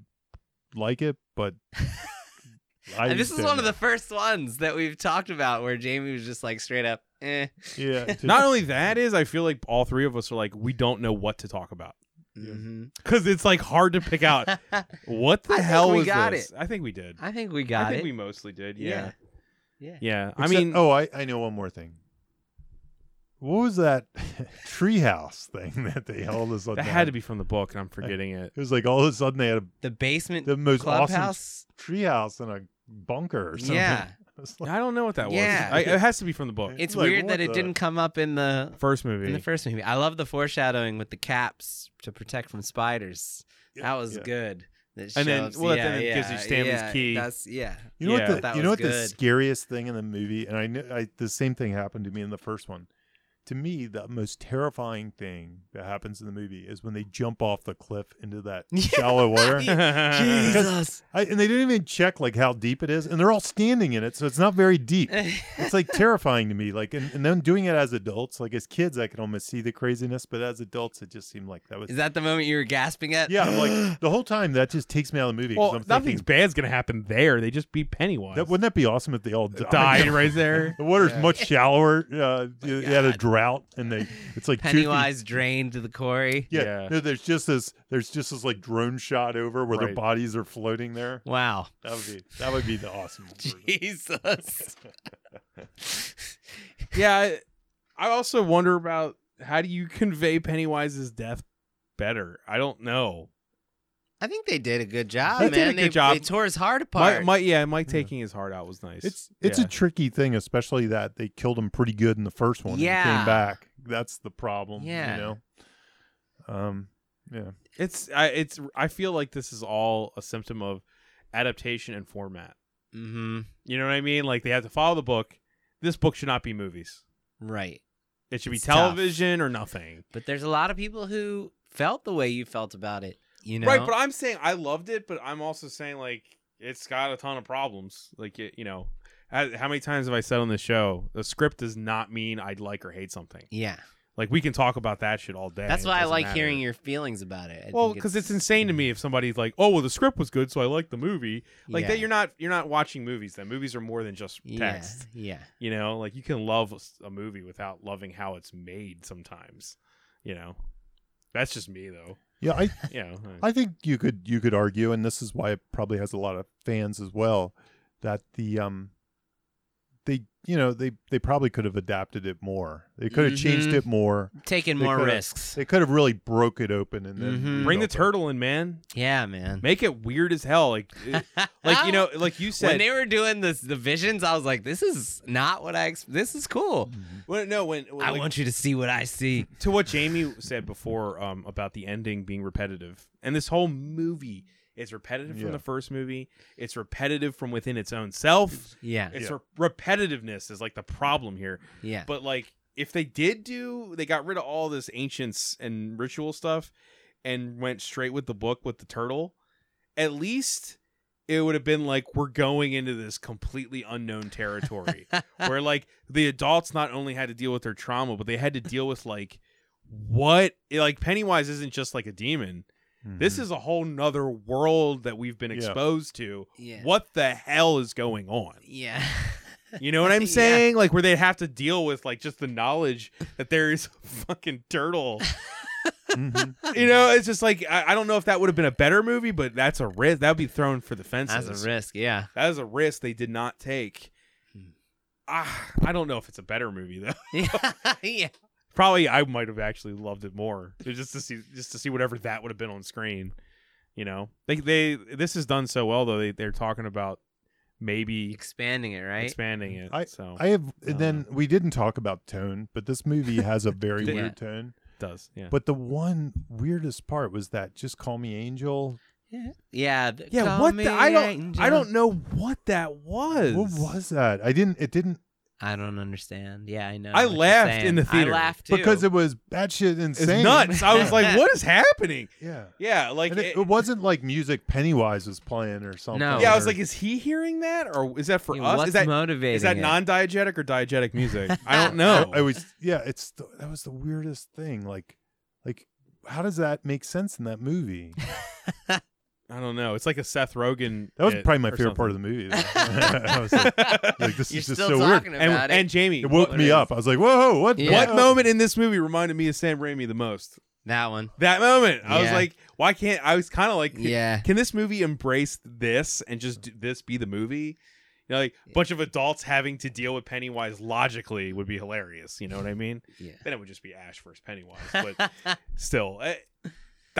like it, but I
And this is
understand
one of
that.
the first ones that we've talked about where Jamie was just like straight up, eh.
Yeah.
Not only that is, I feel like all three of us are like we don't know what to talk about
Mhm.
because it's like hard to pick out what the
I think
hell
we
was
got
this. I think we did.
I think we got
I think
it.
we mostly did. Yeah.
yeah. Yeah.
Yeah. I
Except-
mean,
oh, I, I know one more thing. What was that treehouse thing that they all of a sudden
that had to be from the book, and I'm forgetting it.
It was like all of a sudden they had a
The basement
the most awesome
clubhouse.
treehouse in a bunker or something.
Yeah.
It's like-
I don't know what that
Yeah.
was. I, it has to be from the book.
It-
It's
Like,
weird
what
that it
the-
didn't come up in the
First movie.
in the first movie. I love the foreshadowing with the caps to protect from spiders. That was
Yeah.
good. That
And then-
shows-
well,
yeah,
then it gives you
yeah,
Stanley's
yeah,
key.
That's yeah.
You know
Yeah.
what? The,
That
you know
was
what the
good.
scariest thing in the movie, and I know I, the same thing happened to me in the first one. To me, the most terrifying thing that happens in the movie is when they jump off the cliff into that
Yeah.
shallow water.
Uh, yeah.
Jesus.
I, and they didn't even check like how deep it is, and they're all standing in it, so it's not very deep. It's like terrifying to me. Like, and, and them doing it as adults, like as kids, I could almost see the craziness, but as adults, it just seemed like that was.
Is that the moment you were gasping at?
yeah, I'm like the whole time that just takes me out of the movie. 'cause
Well,
I'm
nothing's
thinking,
bad's gonna happen there. They just beat Pennywise.
that, wouldn't that be awesome if they all
Uh,
died right there.
The water's
Yeah. Oh
much shallower. Uh, they they had a
God.
drought, and they it's like two feet-
Pennywise drained to the quarry.
Yeah,
Yeah.
no, there's just this. There's just this like drone shot over where
Right.
their bodies are floating there.
Wow.
That would be that would be the awesome. version.
Jesus.
yeah. I- I also wonder about how do you convey Pennywise's death better. I don't know.
I think they did a good job,
They
man.
did a
they,
good job.
they tore his heart apart.
Mike, Mike, yeah, Mike
Yeah.
taking his heart out was nice.
It's it's
Yeah.
a tricky thing, especially that they killed him pretty good in the first one. and he
Yeah.
came back. That's the problem.
Yeah.
you know. Um. Yeah.
It's I it's I feel like this is all a symptom of adaptation and format.
mm-hmm.
You know what I mean? Like they have to follow the book. This book should not be movies.
Right.
It should
It's
be
tough.
television or nothing.
But there's a lot of people who felt the way you felt about it. You know.
Right, but I'm saying I loved it, but I'm also saying like it's got a ton of problems. Like it, you know, how how many times have I said on this show, the script does not mean I'd like or hate something.
yeah.
Like we can talk about that shit all day.
That's
It
why I
doesn't
like
matter.
hearing your feelings about it. I
well,
think
because it's insane to me if somebody's like, "Oh, well, the script was good, so I like the movie." Like
yeah,
that, you're not you're not watching movies. Then movies are more than just
yeah,
text.
Yeah.
You know, like you can love s- a movie without loving how it's made sometimes. You know, that's just me though.
Yeah. I
You know,
I think you could you could argue, and this is why it probably has a lot of fans as well, that the um they you know they they probably could have adapted it more. They could have changed
Mm-hmm.
Mhm.
it more.
Taking
They
more
could've-
risks.
They could have really broke it open and then
Mhm.
Mm-hmm. bring the
rebuilt
turtle in, man.
Yeah, man.
Make it weird as hell. Like, it- like you know, like you
when
said.
they were doing this, the visions, I was like, "This is not what I. Ex- this is cool.
it.
when- no, when
I
Mm. like,
want you to see what I see."
to what Jamie said before um, about the ending being repetitive, and this whole movie is repetitive from
Yeah.
the first movie. It's repetitive from within its own self.
Yeah,
It's
Yeah.
re- repetitiveness is like the problem here.
yeah.
But like, if they did do, they got rid of all this ancients and ritual stuff, and went straight with the book with the turtle. At least it would have been like we're going into this completely unknown territory where like the adults not only had to deal with their trauma, but they had to deal with like what like Pennywise isn't just like a demon.
Mm-hmm.
This is a whole nother world that we've been
Yeah.
exposed to.
yeah.
What the hell is going on?
Yeah.
You know what I'm
Yeah.
saying? Like where they'd have to deal with like just the knowledge that there is a fucking turtle.
Mhm.
you know, it's just like I, I don't know if that would have been a better movie, but that's a risk. That'd be thrown for the fences.
That's a risk. Yeah.
That is a risk they did not take.
Hmm.
Ah, I don't know if it's a better movie though.
yeah.
Probably I might have actually loved it more just to see just to see whatever that would have been on screen. You know, they they this is done so well though. They they're talking about maybe
Expanding it, right? Hmm.
expanding it. so
I have and
Uh,
then we didn't talk about tone, but this movie has a very
Yeah.
weird tone.
it does. Yeah.
But the one weirdest part was that just call me angel.
yeah. th-
Yeah,
call
what
me
the, I don't
angel.
I don't know what that was.
What was that? I didn't it didn't
I don't understand. Yeah, I know.
I
what you're
laughed
saying.
in the theater
I laughed too.
because it was batshit
It's
insane.
nuts. I was like, what is happening?
Yeah.
Yeah, like
And it,
it-
it wasn't like music Pennywise was playing or something.
No.
yeah, I
or-
was like, is he hearing that or is that for
Yeah,
us?
What's
Is that
motivating?
is that
it?
non-diegetic or diegetic music? I don't know.
I was yeah. It's the, that was the weirdest thing. Like, like how does that make sense in that movie?
I don't know. It's like a Seth Rogen.
That was
bit
probably my
or
favorite part of the movie. though. I was like, like, this
You're
is just
still
so weird.
talking
something.
about
And,
it.
and Jamie,
It woke
what-
me up. I was like, whoa, what? the
Yeah.
What
hell?
moment in this movie reminded me of Sam Raimi the most?
that one.
That moment. I was
Yeah.
like, why can't I was kind of like,
Yeah.
can this movie embrace this and just do this be the movie? You know, like a bunch of adults having to deal with Pennywise logically would be hilarious. You know what I mean?
Yeah.
Then it would just be Ash versus Pennywise. But still, I,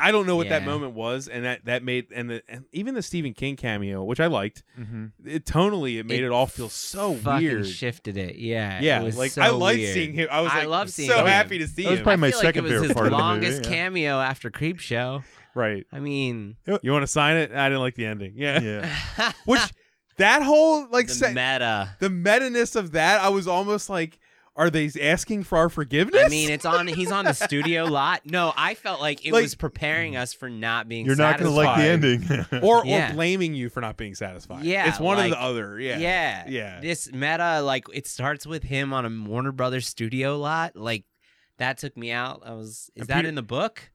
I don't know what that
Yeah.
moment was, and that that made and, the, and even the Stephen King cameo, which I liked,
Mm-hmm.
Mhm.
it tonally it made it, all feel so
Fucking
weird.
shifted it. Yeah.
Yeah,
it was
like
so
I liked
weird.
seeing him. I was
I
like,
love seeing
so
him.
happy to see
That was
him.
probably my
I feel
second
like it was
favorite
his
part of the movie,
longest
yeah.
cameo after Creep Show.
right.
I mean,
You want to sign it? I didn't like the ending. Yeah.
Mm-hmm. Yeah.
Which that whole like
the
se-
meta.
the meta-ness of that, I was almost like, are they asking for our forgiveness?
I mean, it's on. He's on the studio lot. No, I felt like it
Like-
was preparing us for not being.
You're not going to like the ending.
or
Yeah.
or blaming you for not being satisfied.
Yeah,
it's one or
like-
the other. Yeah,
yeah,
Yeah.
This meta, like, it starts with him on a Warner Brothers studio lot. Like, that took me out. I was. Is
And
that
Peter-
in the book?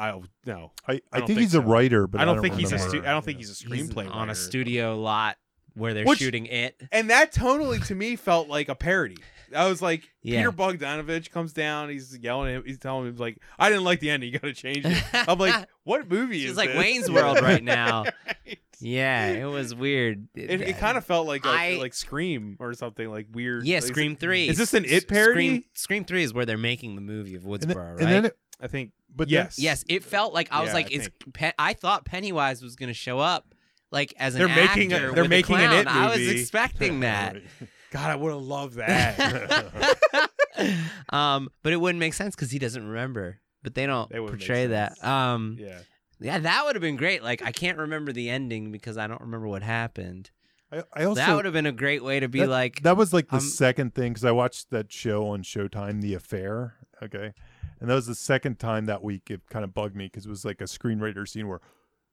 I no,
I, I,
I don't
think,
think
he's a
so.
writer, but
I don't, think he's a.
remember.
Stu- I don't think
Yeah.
he's a
He's
screenplay
on
writer.
a studio lot where they're
Which-
shooting it.
And that tonally to me felt like a parody. I was like,
Yeah.
Peter Bogdanovich comes down, he's yelling at him, he's telling him like, I didn't like the ending, you gotta change it. I'm like, what movie
It's
is
like
this?
Wayne's World right now.
Right.
Yeah, it was weird.
It, it kind of felt like a,
I-
like Scream or something like weird.
yeah.
like, is it-
Scream three.
Is this an
S-
It parody?
Scream, Scream three is where they're making the movie of
And then,
Woodsboro, right?
and then it,
I think.
but then-
yes,
yes, it felt like I was
Yeah,
like,
I
it's. Pe- I thought Pennywise was gonna show up, like as an
They're making a-
actor
they're
with
making an
clown.
It
I was
movie.
expecting that.
God, I would have loved that.
um, but it wouldn't make sense because he doesn't remember. But they don't
They wouldn't make
portray that.
sense.
Um, yeah.
yeah,
that would have been great. Like I can't remember the ending because I don't remember what happened.
I, I also
that would have been a great way to be like,
that was like the
um,
second thing because I watched that show on Showtime, The Affair. Okay, and that was the second time that week it kind of bugged me because it was like a screenwriter scene where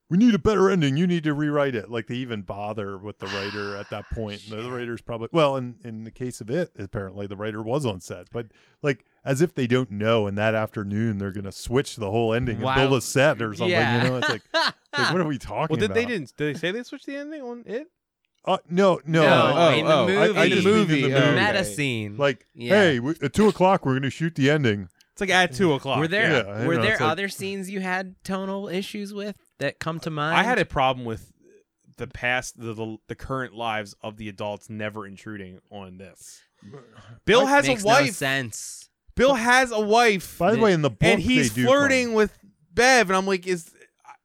we need a better ending. You need to rewrite it. Like they even bother with the writer at that point. And the writer's probably well, in in the case of it, apparently the writer was on set, but like as if they don't know. And that afternoon they're gonna switch the whole ending
Wow.
and build a set or something.
Yeah.
You know, it's like, like, what are we talking
well, did
about?
they didn't? Did they say they switched the ending on it?
Uh, no, no.
No,
I-
in the
oh, I- I
movie,
just needed the
movie,
the
okay.
meta scene.
like,
Yeah.
hey, we, at two o'clock we're gonna shoot the ending.
It's like at two o'clock.
were there
yeah.
yeah, I
were
know,
there
it's like-
other scenes you had tonal issues with that come to mind?
I had a problem with the past, the, the the current lives of the adults never intruding on this. Bill
Like,
has
makes
a
no
wife.
sense.
Bill has a wife,
By the way, in the book,
and he's
they do
flirting with Bev, and I'm like, is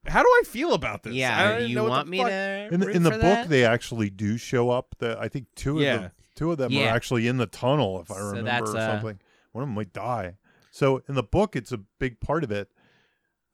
how do I feel about this? I
Yeah,
don't even
you
know what
want
the
me
fuck-
to?
In the,
root
in the
for
book,
that?
they actually do show up. The I think two of
Yeah.
them, two of them are
Yeah.
actually in the tunnel, if I
So
remember,
that's,
or
uh,
something. One of them might die. So in the book, it's a big part of it.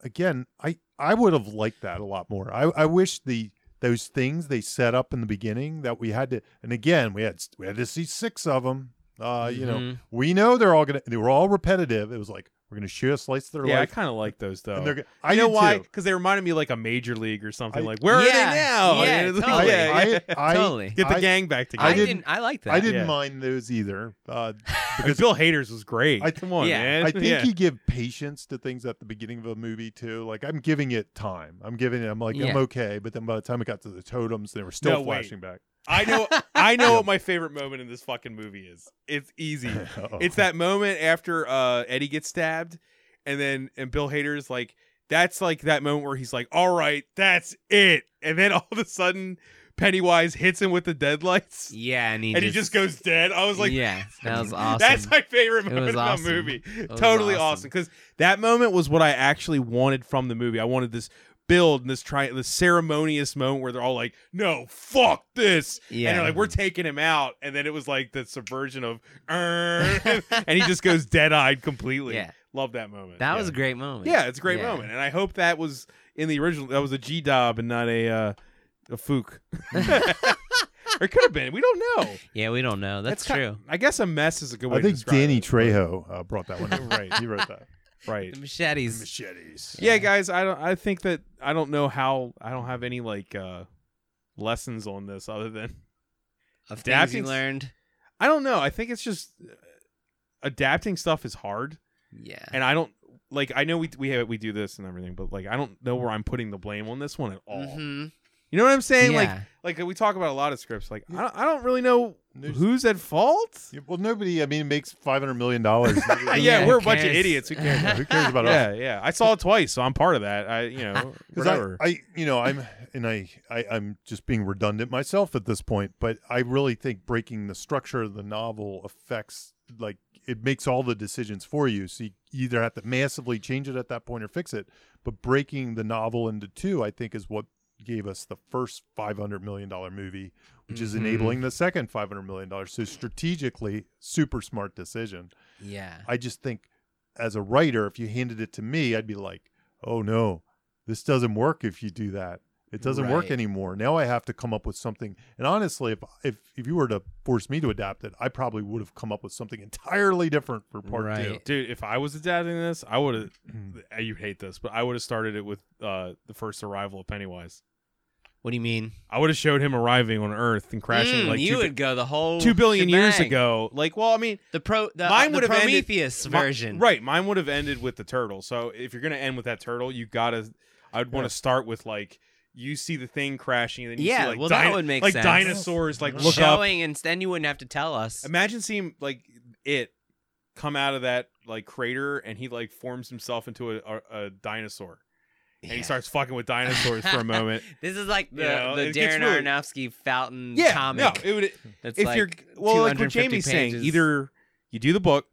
Again, I I would have liked that a lot more. I I wish the those things they set up in the beginning that we had to, and again, we had we had to see six of them. Uh, you
Mm-hmm.
know,
Mhm.
we know they're all gonna. They were all repetitive. It was like we're gonna shoot a slice of their
Yeah, I
life.
kind of like those though.
and they're, gonna-
I
I
know
did
why,
too.
because they reminded me like a major league or something.
I-
like, where are they
Yeah,
now?
yeah,
And it's like,
totally.
yeah, yeah.
I, I,
totally.
Get the
I-
gang back together.
I,
I
didn't,
didn't-
I like that.
I didn't
Yeah.
mind those either. Uh,
Because Bill Hader's was great.
I-
Come on,
yeah.
man.
I think
yeah.
you give patience to things at the beginning of a movie too. Like I'm giving it time. I'm giving it. I'm like
Yeah.
I'm okay. But then by the time it got to the totems, they were still
No, wait.
flashing back.
I know. I know what my favorite moment in this fucking movie is. It's easy.
Uh-oh.
It's that moment after uh, Eddie gets stabbed, and then and Bill Hader's like, that's like that moment where he's like, all right, that's it, and then all of a sudden, Pennywise hits him with the deadlights,
Yeah, and he
and
just,
he just goes dead. I was like,
yeah, that was awesome.
That's my favorite
It
moment
was
in
awesome.
the movie.
was
Totally
awesome.
awesome because that moment was what I actually wanted from the movie. I wanted this build and this try this ceremonious moment where they're all like, "No, fuck this,"
yeah.
and they're like, "We're taking him out," and then it was like the subversion of, "Er," and he just goes dead eyed completely.
yeah,
Love that moment.
that
yeah.
was a great moment.
yeah, it's a great
Yeah.
moment, and I hope that was in the original. That was a G Dob and not a uh, a Fook. or it could have been. We don't know.
Yeah, we don't know. That's,
It's ki-
true.
I guess a mess is a good way.
I think
to describe
Danny
it, but-
Trejo uh, brought that one. up.
Right.
he wrote that.
Right.
The machetes.
Machetes.
yeah guys i don't i think that i don't know how i don't have any like uh lessons on this other than
of things you
Adapting-
learned.
i don't know i think it's just uh, adapting stuff is hard
Yeah.
and i don't like I know we we have, we do this and everything, but like I don't know where I'm putting the blame on this one at all.
Mm-hmm.
hmm
You know what I'm saying?
yeah.
Like like we talk about a lot of scripts. Like I don't, I don't really know
There's-
who's at fault.
Yeah, Well, nobody. I mean, makes five hundred million dollars.
Yeah,
Yeah,
we're
who
a bunch of
cares?
idiots. Who cares?
Who cares about us?
yeah, yeah. I saw it twice, so I'm part of that. I you know
Because
whatever.
I, I, you know, I'm and I, I, I'm just being redundant myself at this point. But I really think breaking the structure of the novel affects, like, it makes all the decisions for you. So you either have to massively change it at that point or fix it. But breaking the novel into two, I think, is what gave us the first five hundred million dollar movie, which is
Mhm.
enabling the second five hundred million dollars. So strategically, super smart decision.
Yeah.
I just think as a writer, if you handed it to me, I'd be like, oh no, this doesn't work if you do that. It doesn't work
Right.
anymore. Now I have to come up with something. And honestly, if, if if you were to force me to adapt it, I probably would have come up with something entirely different for part
Right.
Dude, if I was adapting this, I would have.
two.
You hate this, but I would have started it with uh, the first arrival of Pennywise.
What do you mean?
I would have showed him arriving on Earth and crashing
Mm,
like
you
two,
would go the whole
two billion years
shebang.
ago. Like, well, I mean,
The pro the,
Mine
the
would've ended-
Prometheus
mi-
version.
right? Mine would have ended with the turtle. So if you're gonna end with that turtle, you gotta. I'd want to start with like you see the thing crashing, and then you
Yeah,
see like,
well, that
dino-
would make
like
sense.
dinosaurs like look up
Showing, and then you wouldn't have to tell us.
Imagine seeing like it come out of that like crater and he like forms himself into a, a, a dinosaur and he
Yeah.
starts fucking with dinosaurs for a moment.
This is like the,
You know,
the
it gets
Darren
really-
Aronofsky Fountain
yeah,
comic.
no, it would
that's
if
like
you're well like what
250
Jamie's saying,
pages.
either you do the book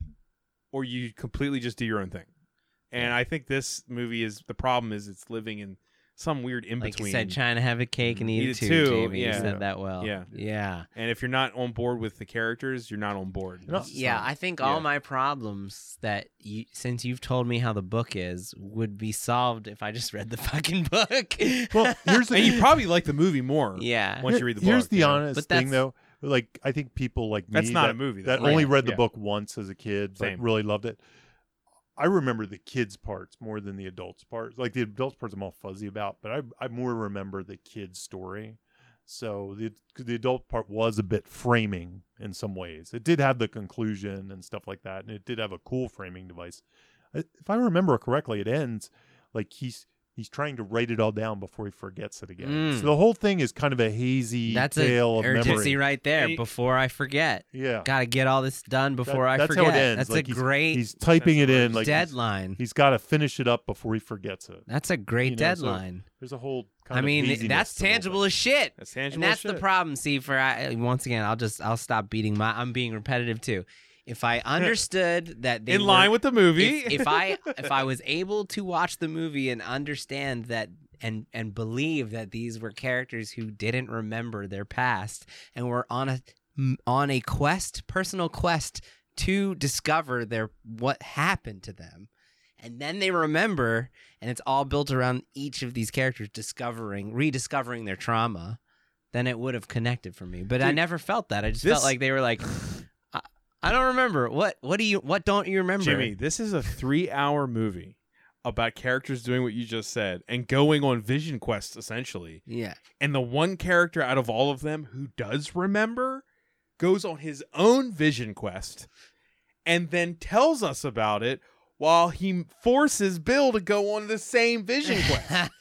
or you completely just do your own thing. And I think this movie is the problem is it's living in some weird in
like you
between.
said, China have a cake and eat,
Eat
it
it
too.
too,
Jamie,
yeah.
you said that well.
Yeah.
yeah,
and if you're not on board with the characters, you're not on board.
No.
It's
yeah.
not-
I think all
yeah.
my problems that you, since you've told me how the book is, would be solved if I just read the fucking book.
Well, here's the
and you probably like the movie more.
yeah,
Once you read the
Here's
book,
the
you know.
honest
But
thing,
that's-
though. Like, I think people like
That's
me
not
that,
a movie.
that
That's
only
yeah.
read the
Yeah.
book once as a kid, but
Same.
really loved it. I remember the kids' parts more than the adults' parts. Like the adults' parts, I'm all fuzzy about, but I I more remember the kids' story. So the the adult part was a bit framing in some ways. It did have the conclusion and stuff like that, and it did have a cool framing device. I- If I remember correctly, it ends like he's he's trying to write it all down before he forgets it again.
Mm.
So the whole thing is kind of a hazy
that's an
tale of
urgency
memory.
right there.
And-
Before I forget,
Yeah,
got to get all this done
That-
before I
that's
forget.
how it ends.
That's
Like,
a
he's-
great
He's typing it in like he's-
deadline.
he's got to finish it up before he forgets it.
That's a great
you know, so
deadline.
There's a whole. Kind
I
of
mean,
haziness
that's
to the whole
tangible
thing.
as shit.
That's tangible.
and that's
shit.
the problem. See, for I, once again, I'll just I'll stop beating my. I'm being repetitive too. If I understood that they
in line
were-
with the movie.
if, if I if I was able to watch the movie and understand that and and believe that these were characters who didn't remember their past and were on a m- on a quest, personal quest to discover their what happened to them. And then they remember and it's all built around each of these characters discovering, rediscovering their trauma, then it would have connected for me. But I
Dude,
never felt that. I just
this-
felt like they were like I, I don't remember. What what do you what don't you remember?
Jimmy, this is a three-hour movie about characters doing what you just said and going on vision quests essentially.
Yeah.
And the one character out of all of them who does remember goes on his own vision quest and then tells us about it while he forces Bill to go on the same vision quest.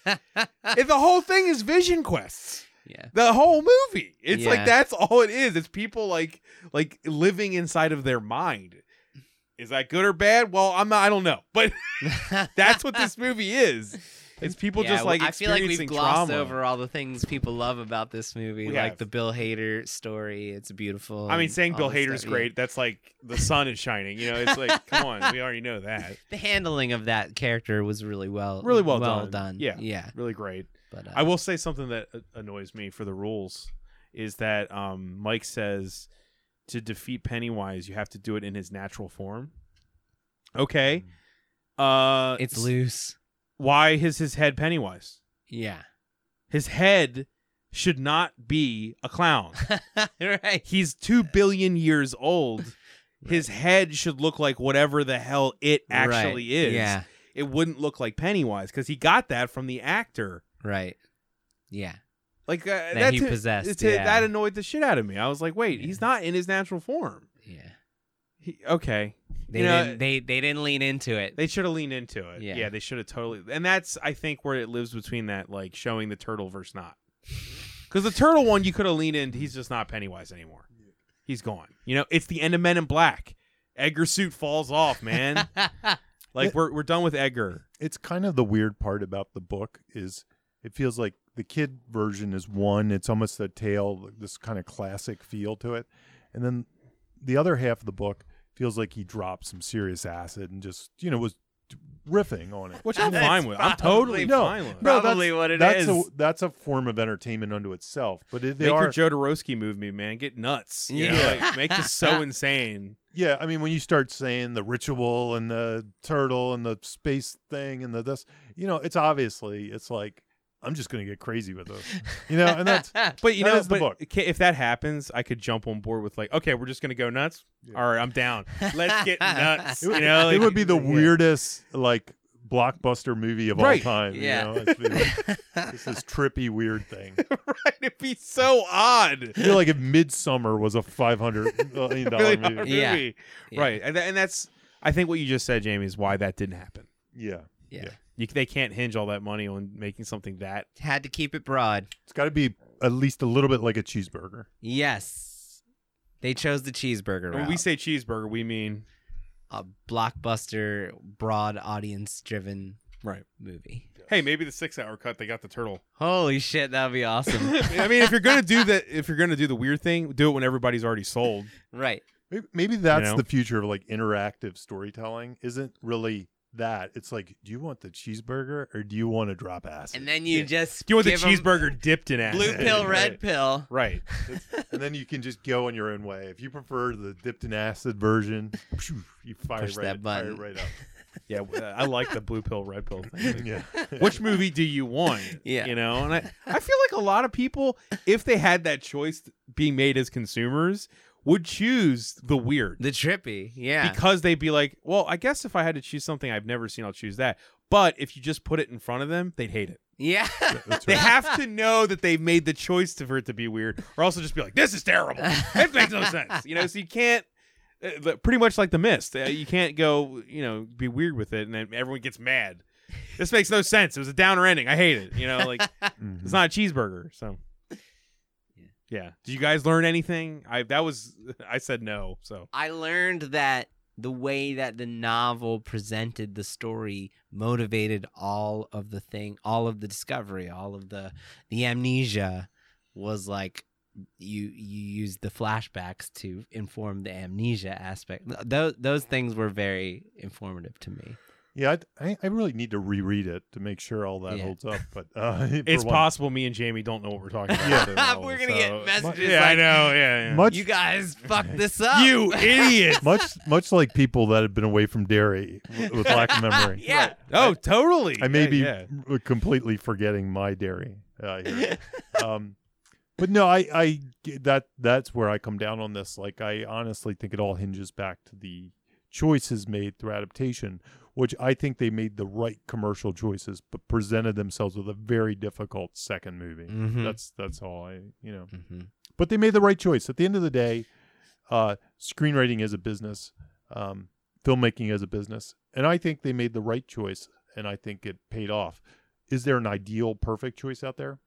If the whole thing is vision quests.
yeah.
the whole movie. It's like
Yeah.
that's all it is. It's people like like living inside of their mind. Is that good or bad? Well, I'm not. I don't know, but that's what this movie is. It's people
Yeah,
just
well,
like
I feel like we've
experiencing
glossed
trauma.
over all the things people love about this movie,
We
like
have.
the Bill Hader story. It's beautiful.
I mean,
and
saying
all
Bill
this
Hader's
stuff, yeah.
great. That's like the sun is shining. You know, it's like come on, we already know that.
The handling of that character was really well,
Really well
well
done.
done.
Yeah.
yeah.
Really great.
But uh,
I will say something that uh, annoys me for the rules is that um, Mike says to defeat Pennywise, you have to do it in his natural form. Okay. Uh,
Mm. it's
s-
loose.
Why is his head Pennywise?
Yeah,
His head should not be a clown.
right.
He's two billion years old. His head should look like whatever the hell it actually
Right.
is.
Yeah,
It wouldn't look like Pennywise because he got that from the actor.
right. Yeah,
Like uh,
that,
that's
he
it.
possessed.
It's-
yeah.
That annoyed the shit out of me. I was like, wait, he's not in his natural form.
yeah.
He, okay,
They
You know,
didn't, they they didn't lean into it.
they should have leaned into it.
Yeah.
Yeah, they should have totally. And that's I think where it lives between that like showing the turtle versus not. Because the turtle one you could have leaned in. He's just not Pennywise anymore. He's gone. You know, it's the end of Men in Black. Edgar's suit falls off, man. like we're we're done with Edgar.
it's kind of the weird part about the book is it feels like the kid version is one it's almost a tale this kind of classic feel to it and then the other half of the book feels like he dropped some serious acid and just you know was riffing on it
Which I'm
That's
fine with. I'm
probably-
totally
No,
fine with.
no,
Probably what it is.
that's a, that's a form of entertainment unto itself but it, they
make
are
your Jodorowsky movie, man. Get nuts. You know,
Yeah.
like, make this so insane.
yeah i mean when you start saying the ritual and the turtle and the space thing and the this you know it's obviously it's like i'm just gonna get crazy with this you know and that's
But you
That
know,
is the
but
book.
ca- if that happens, I could jump on board with like, okay, we're just gonna go nuts.
Yeah.
All right, I'm down. Let's get nuts.
It would,
you know,
it
like-
would be the
Yeah.
weirdest like blockbuster movie of
Right.
all time.
Yeah.
You know? It's been like, this is trippy weird thing.
right. It'd be so odd.
I feel like if Midsummer was a five hundred million dollar
Really odd
movie.
Yeah.
movie. Right, and, tha- and that's I think what you just said, Jamie, is why that didn't happen.
Yeah.
Yeah.
You, they can't hinge all that money on making something that.
Had to keep it broad.
It's gotta be at least a little bit like a cheeseburger.
Yes. They chose the cheeseburger
When
route.
we say cheeseburger, we mean
a blockbuster, broad audience driven
right.
movie.
Hey, maybe the six-hour cut. They got the turtle.
Holy shit, that'd be awesome.
I mean, if you're gonna do that, if you're gonna do the weird thing, do it when everybody's already sold.
right.
Maybe, maybe that's
know?
the future of like interactive storytelling isn't really that. It's like, do you want the cheeseburger or do you want to drop acid?
And then you just
Do you want
give
the
'em
cheeseburger dipped in acid?
blue pill,
Right.
red pill.
Right.
and then you can just go on your own way. If you prefer the dipped in acid version, you fire
Push
right,
that button.
fire right up.
Yeah, w- I like the blue pill, red pill thing.
Yeah.
Which movie do you want?
Yeah.
You know, and I, I feel like a lot of people, if they had that choice being made as consumers, would choose the weird.
The trippy. Yeah.
because they'd be like, well, I guess if I had to choose something I've never seen, I'll choose that. But if you just put it in front of them, they'd hate it.
yeah.
That's
They
right.
have to know that they've made the choice to, for it to be weird, or also just be like, this is terrible. It makes no sense. You know, so you can't. uh, the- Pretty much like the mist, uh, you can't go, you know, be weird with it, and then everyone gets mad. This makes no sense. It was a downer ending. I hate it. You know, like
Mhm.
it's not a cheeseburger. So,
Yeah.
yeah. Did you guys learn anything? I that was I said no. So
I learned that the way that the novel presented the story motivated all of the thing, all of the discovery, all of the the amnesia was like you you used the flashbacks to inform the amnesia aspect. Those those things were very informative to me.
Yeah, I'd- I, I really need to reread it to make sure all that
Yeah.
holds up. But uh, for
It's
one-
possible me and Jamie don't know what we're talking about.
Yeah.
at all,
We're gonna get
so-
messages
Yeah, I
like-
know. Yeah, yeah.
Much,
You guys fucked this up.
you idiot.
much, much like people that have been away from dairy w- with lack of memory.
yeah.
oh, totally.
I may
Yeah,
be
yeah.
r- completely forgetting my dairy. Uh, here.
Mm-hmm,
um, but no, I, I g- that that's where I come down on this. Like, I honestly think it all hinges back to the choices made through adaptation, which I think they made the right commercial choices, but presented themselves with a very difficult second movie.
Mhm.
That's that's all I you know.
Mhm.
Hmm. But they made the right choice. At the end of the day, uh, screenwriting is a business, um, filmmaking is a business, and I think they made the right choice, and I think it paid off. Is there an ideal, perfect choice out there?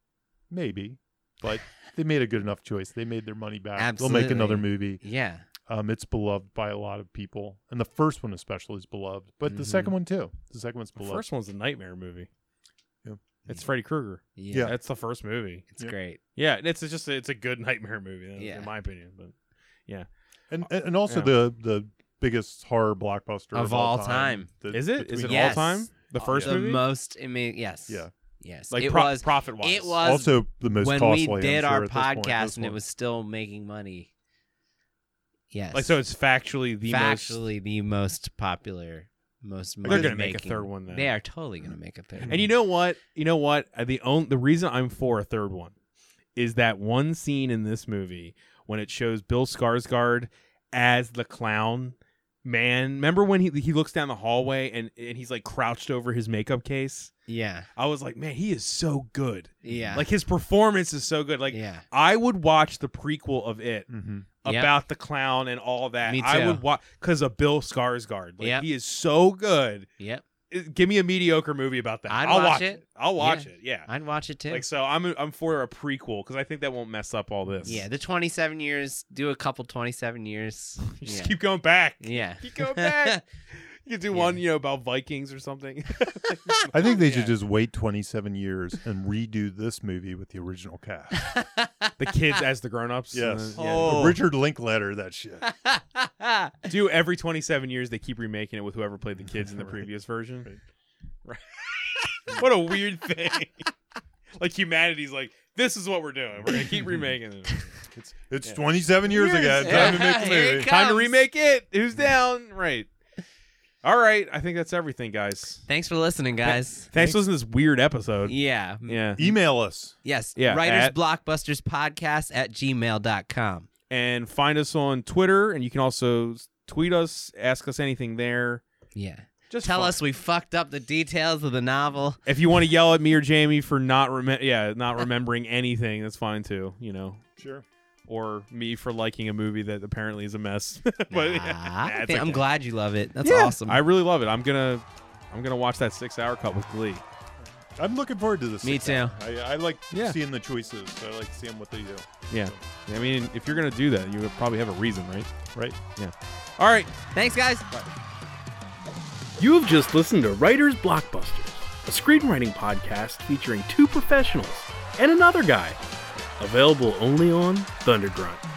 Maybe, but they made a good enough choice. They made their money back. They'll make another movie.
Yeah.
Um, it's beloved by a lot of people, and the first one especially is beloved, but the
Mhm.
second one too. The second one's
The
beloved.
first one's a nightmare movie.
Yeah.
It's Freddy Krueger.
Yeah.
That's the first movie.
It's
Yeah.
great.
Yeah, and it's just it's a good nightmare movie, in-
Yeah.
in my opinion. But
and and and also
Yeah.
the the biggest horror blockbuster
Of all time.
The-
is it is it
between-
Yes. Uh,
all time? The
Oh,
first
the
movie,
most immediate. Yes.
Yeah.
Yes.
like
it
pro-
was
profit wise.
it was-
also the most
when
costly.
we
I'm
did
sure,
our
at this point,
podcast
this
and it
one.
was still making money. Yes.
like so. It's factually the most.
factually the most popular, most money.
They're gonna make a
making.
third one then.
They are totally gonna make a third.
And you know what? You know what? Uh, The only the reason I'm for a third one is that one scene in this movie when it shows Bill Skarsgård as the clown man. Remember when he he looks down the hallway and and he's like crouched over his makeup case?
Yeah.
I was like, man, he is so good.
Yeah.
Like his performance is so good. Like
yeah.
I would watch the prequel of it
Mm-hmm.
Yep.
about the clown and all that.
Me
I
too.
would watch because of Bill Skarsgård. Like
Yep.
he is so good.
Yep.
It- Give me a mediocre movie about that.
I'd
will
watch
watch
it.
I'll watch it. Yeah.
I'd watch it too.
Like so, I'm I'm for a prequel because I think that won't mess up all this.
yeah, the 27 years, do a couple 27 years.
Just
yeah.
keep going back.
yeah.
Keep going back. You could do
Yeah.
one, you know, about Vikings or something.
I think they
Yeah.
should just wait 27 years and redo this movie with the original cast.
the kids as the grown-ups. and
Yes.
then- yeah.
Oh.
Richard Linklater, that shit.
Do every 27 years they keep remaking it with whoever played the kids in the
Right.
previous version. Right. what a weird thing. like humanity's like this is what we're doing. We're going to keep remaking it.
It's, it's
Yeah.
27 years
Years.
ago. Time to make the
Here it comes.
movie.
Time to remake it. Who's down? Right. All right, I think that's everything, guys.
Thanks for listening, guys.
Thanks for listening to this weird episode.
Yeah.
Yeah.
Email us.
Yes.
Yeah,
Writers
at-
Blockbusters Podcast at gmail.com.
And find us on Twitter and you can also tweet us, ask us anything there.
Yeah.
Just
Tell
fun.
us we fucked up the details of the novel.
If you want to yell at me or Jamie for not rem- yeah, not remembering anything, that's fine too, you know.
Sure.
Or me for liking a movie that apparently is a mess. but
Nah,
yeah,
I
it's
think- Ah, I'm
okay.
glad you love it. That's
Yeah,
awesome.
I really love it. I'm gonna I'm gonna watch that six hour cut with Glee.
I'm looking forward to this.
Me
sitcom. I, I like
Yeah.
seeing the choices. I like seeing what they do.
Yeah. I mean if you're gonna do that, you would probably have a reason, right?
Right.
Yeah. All right.
Thanks, guys.
You've just listened to Writers Blockbusters, a screenwriting podcast featuring two professionals and another guy. Available only on Thundergrunt.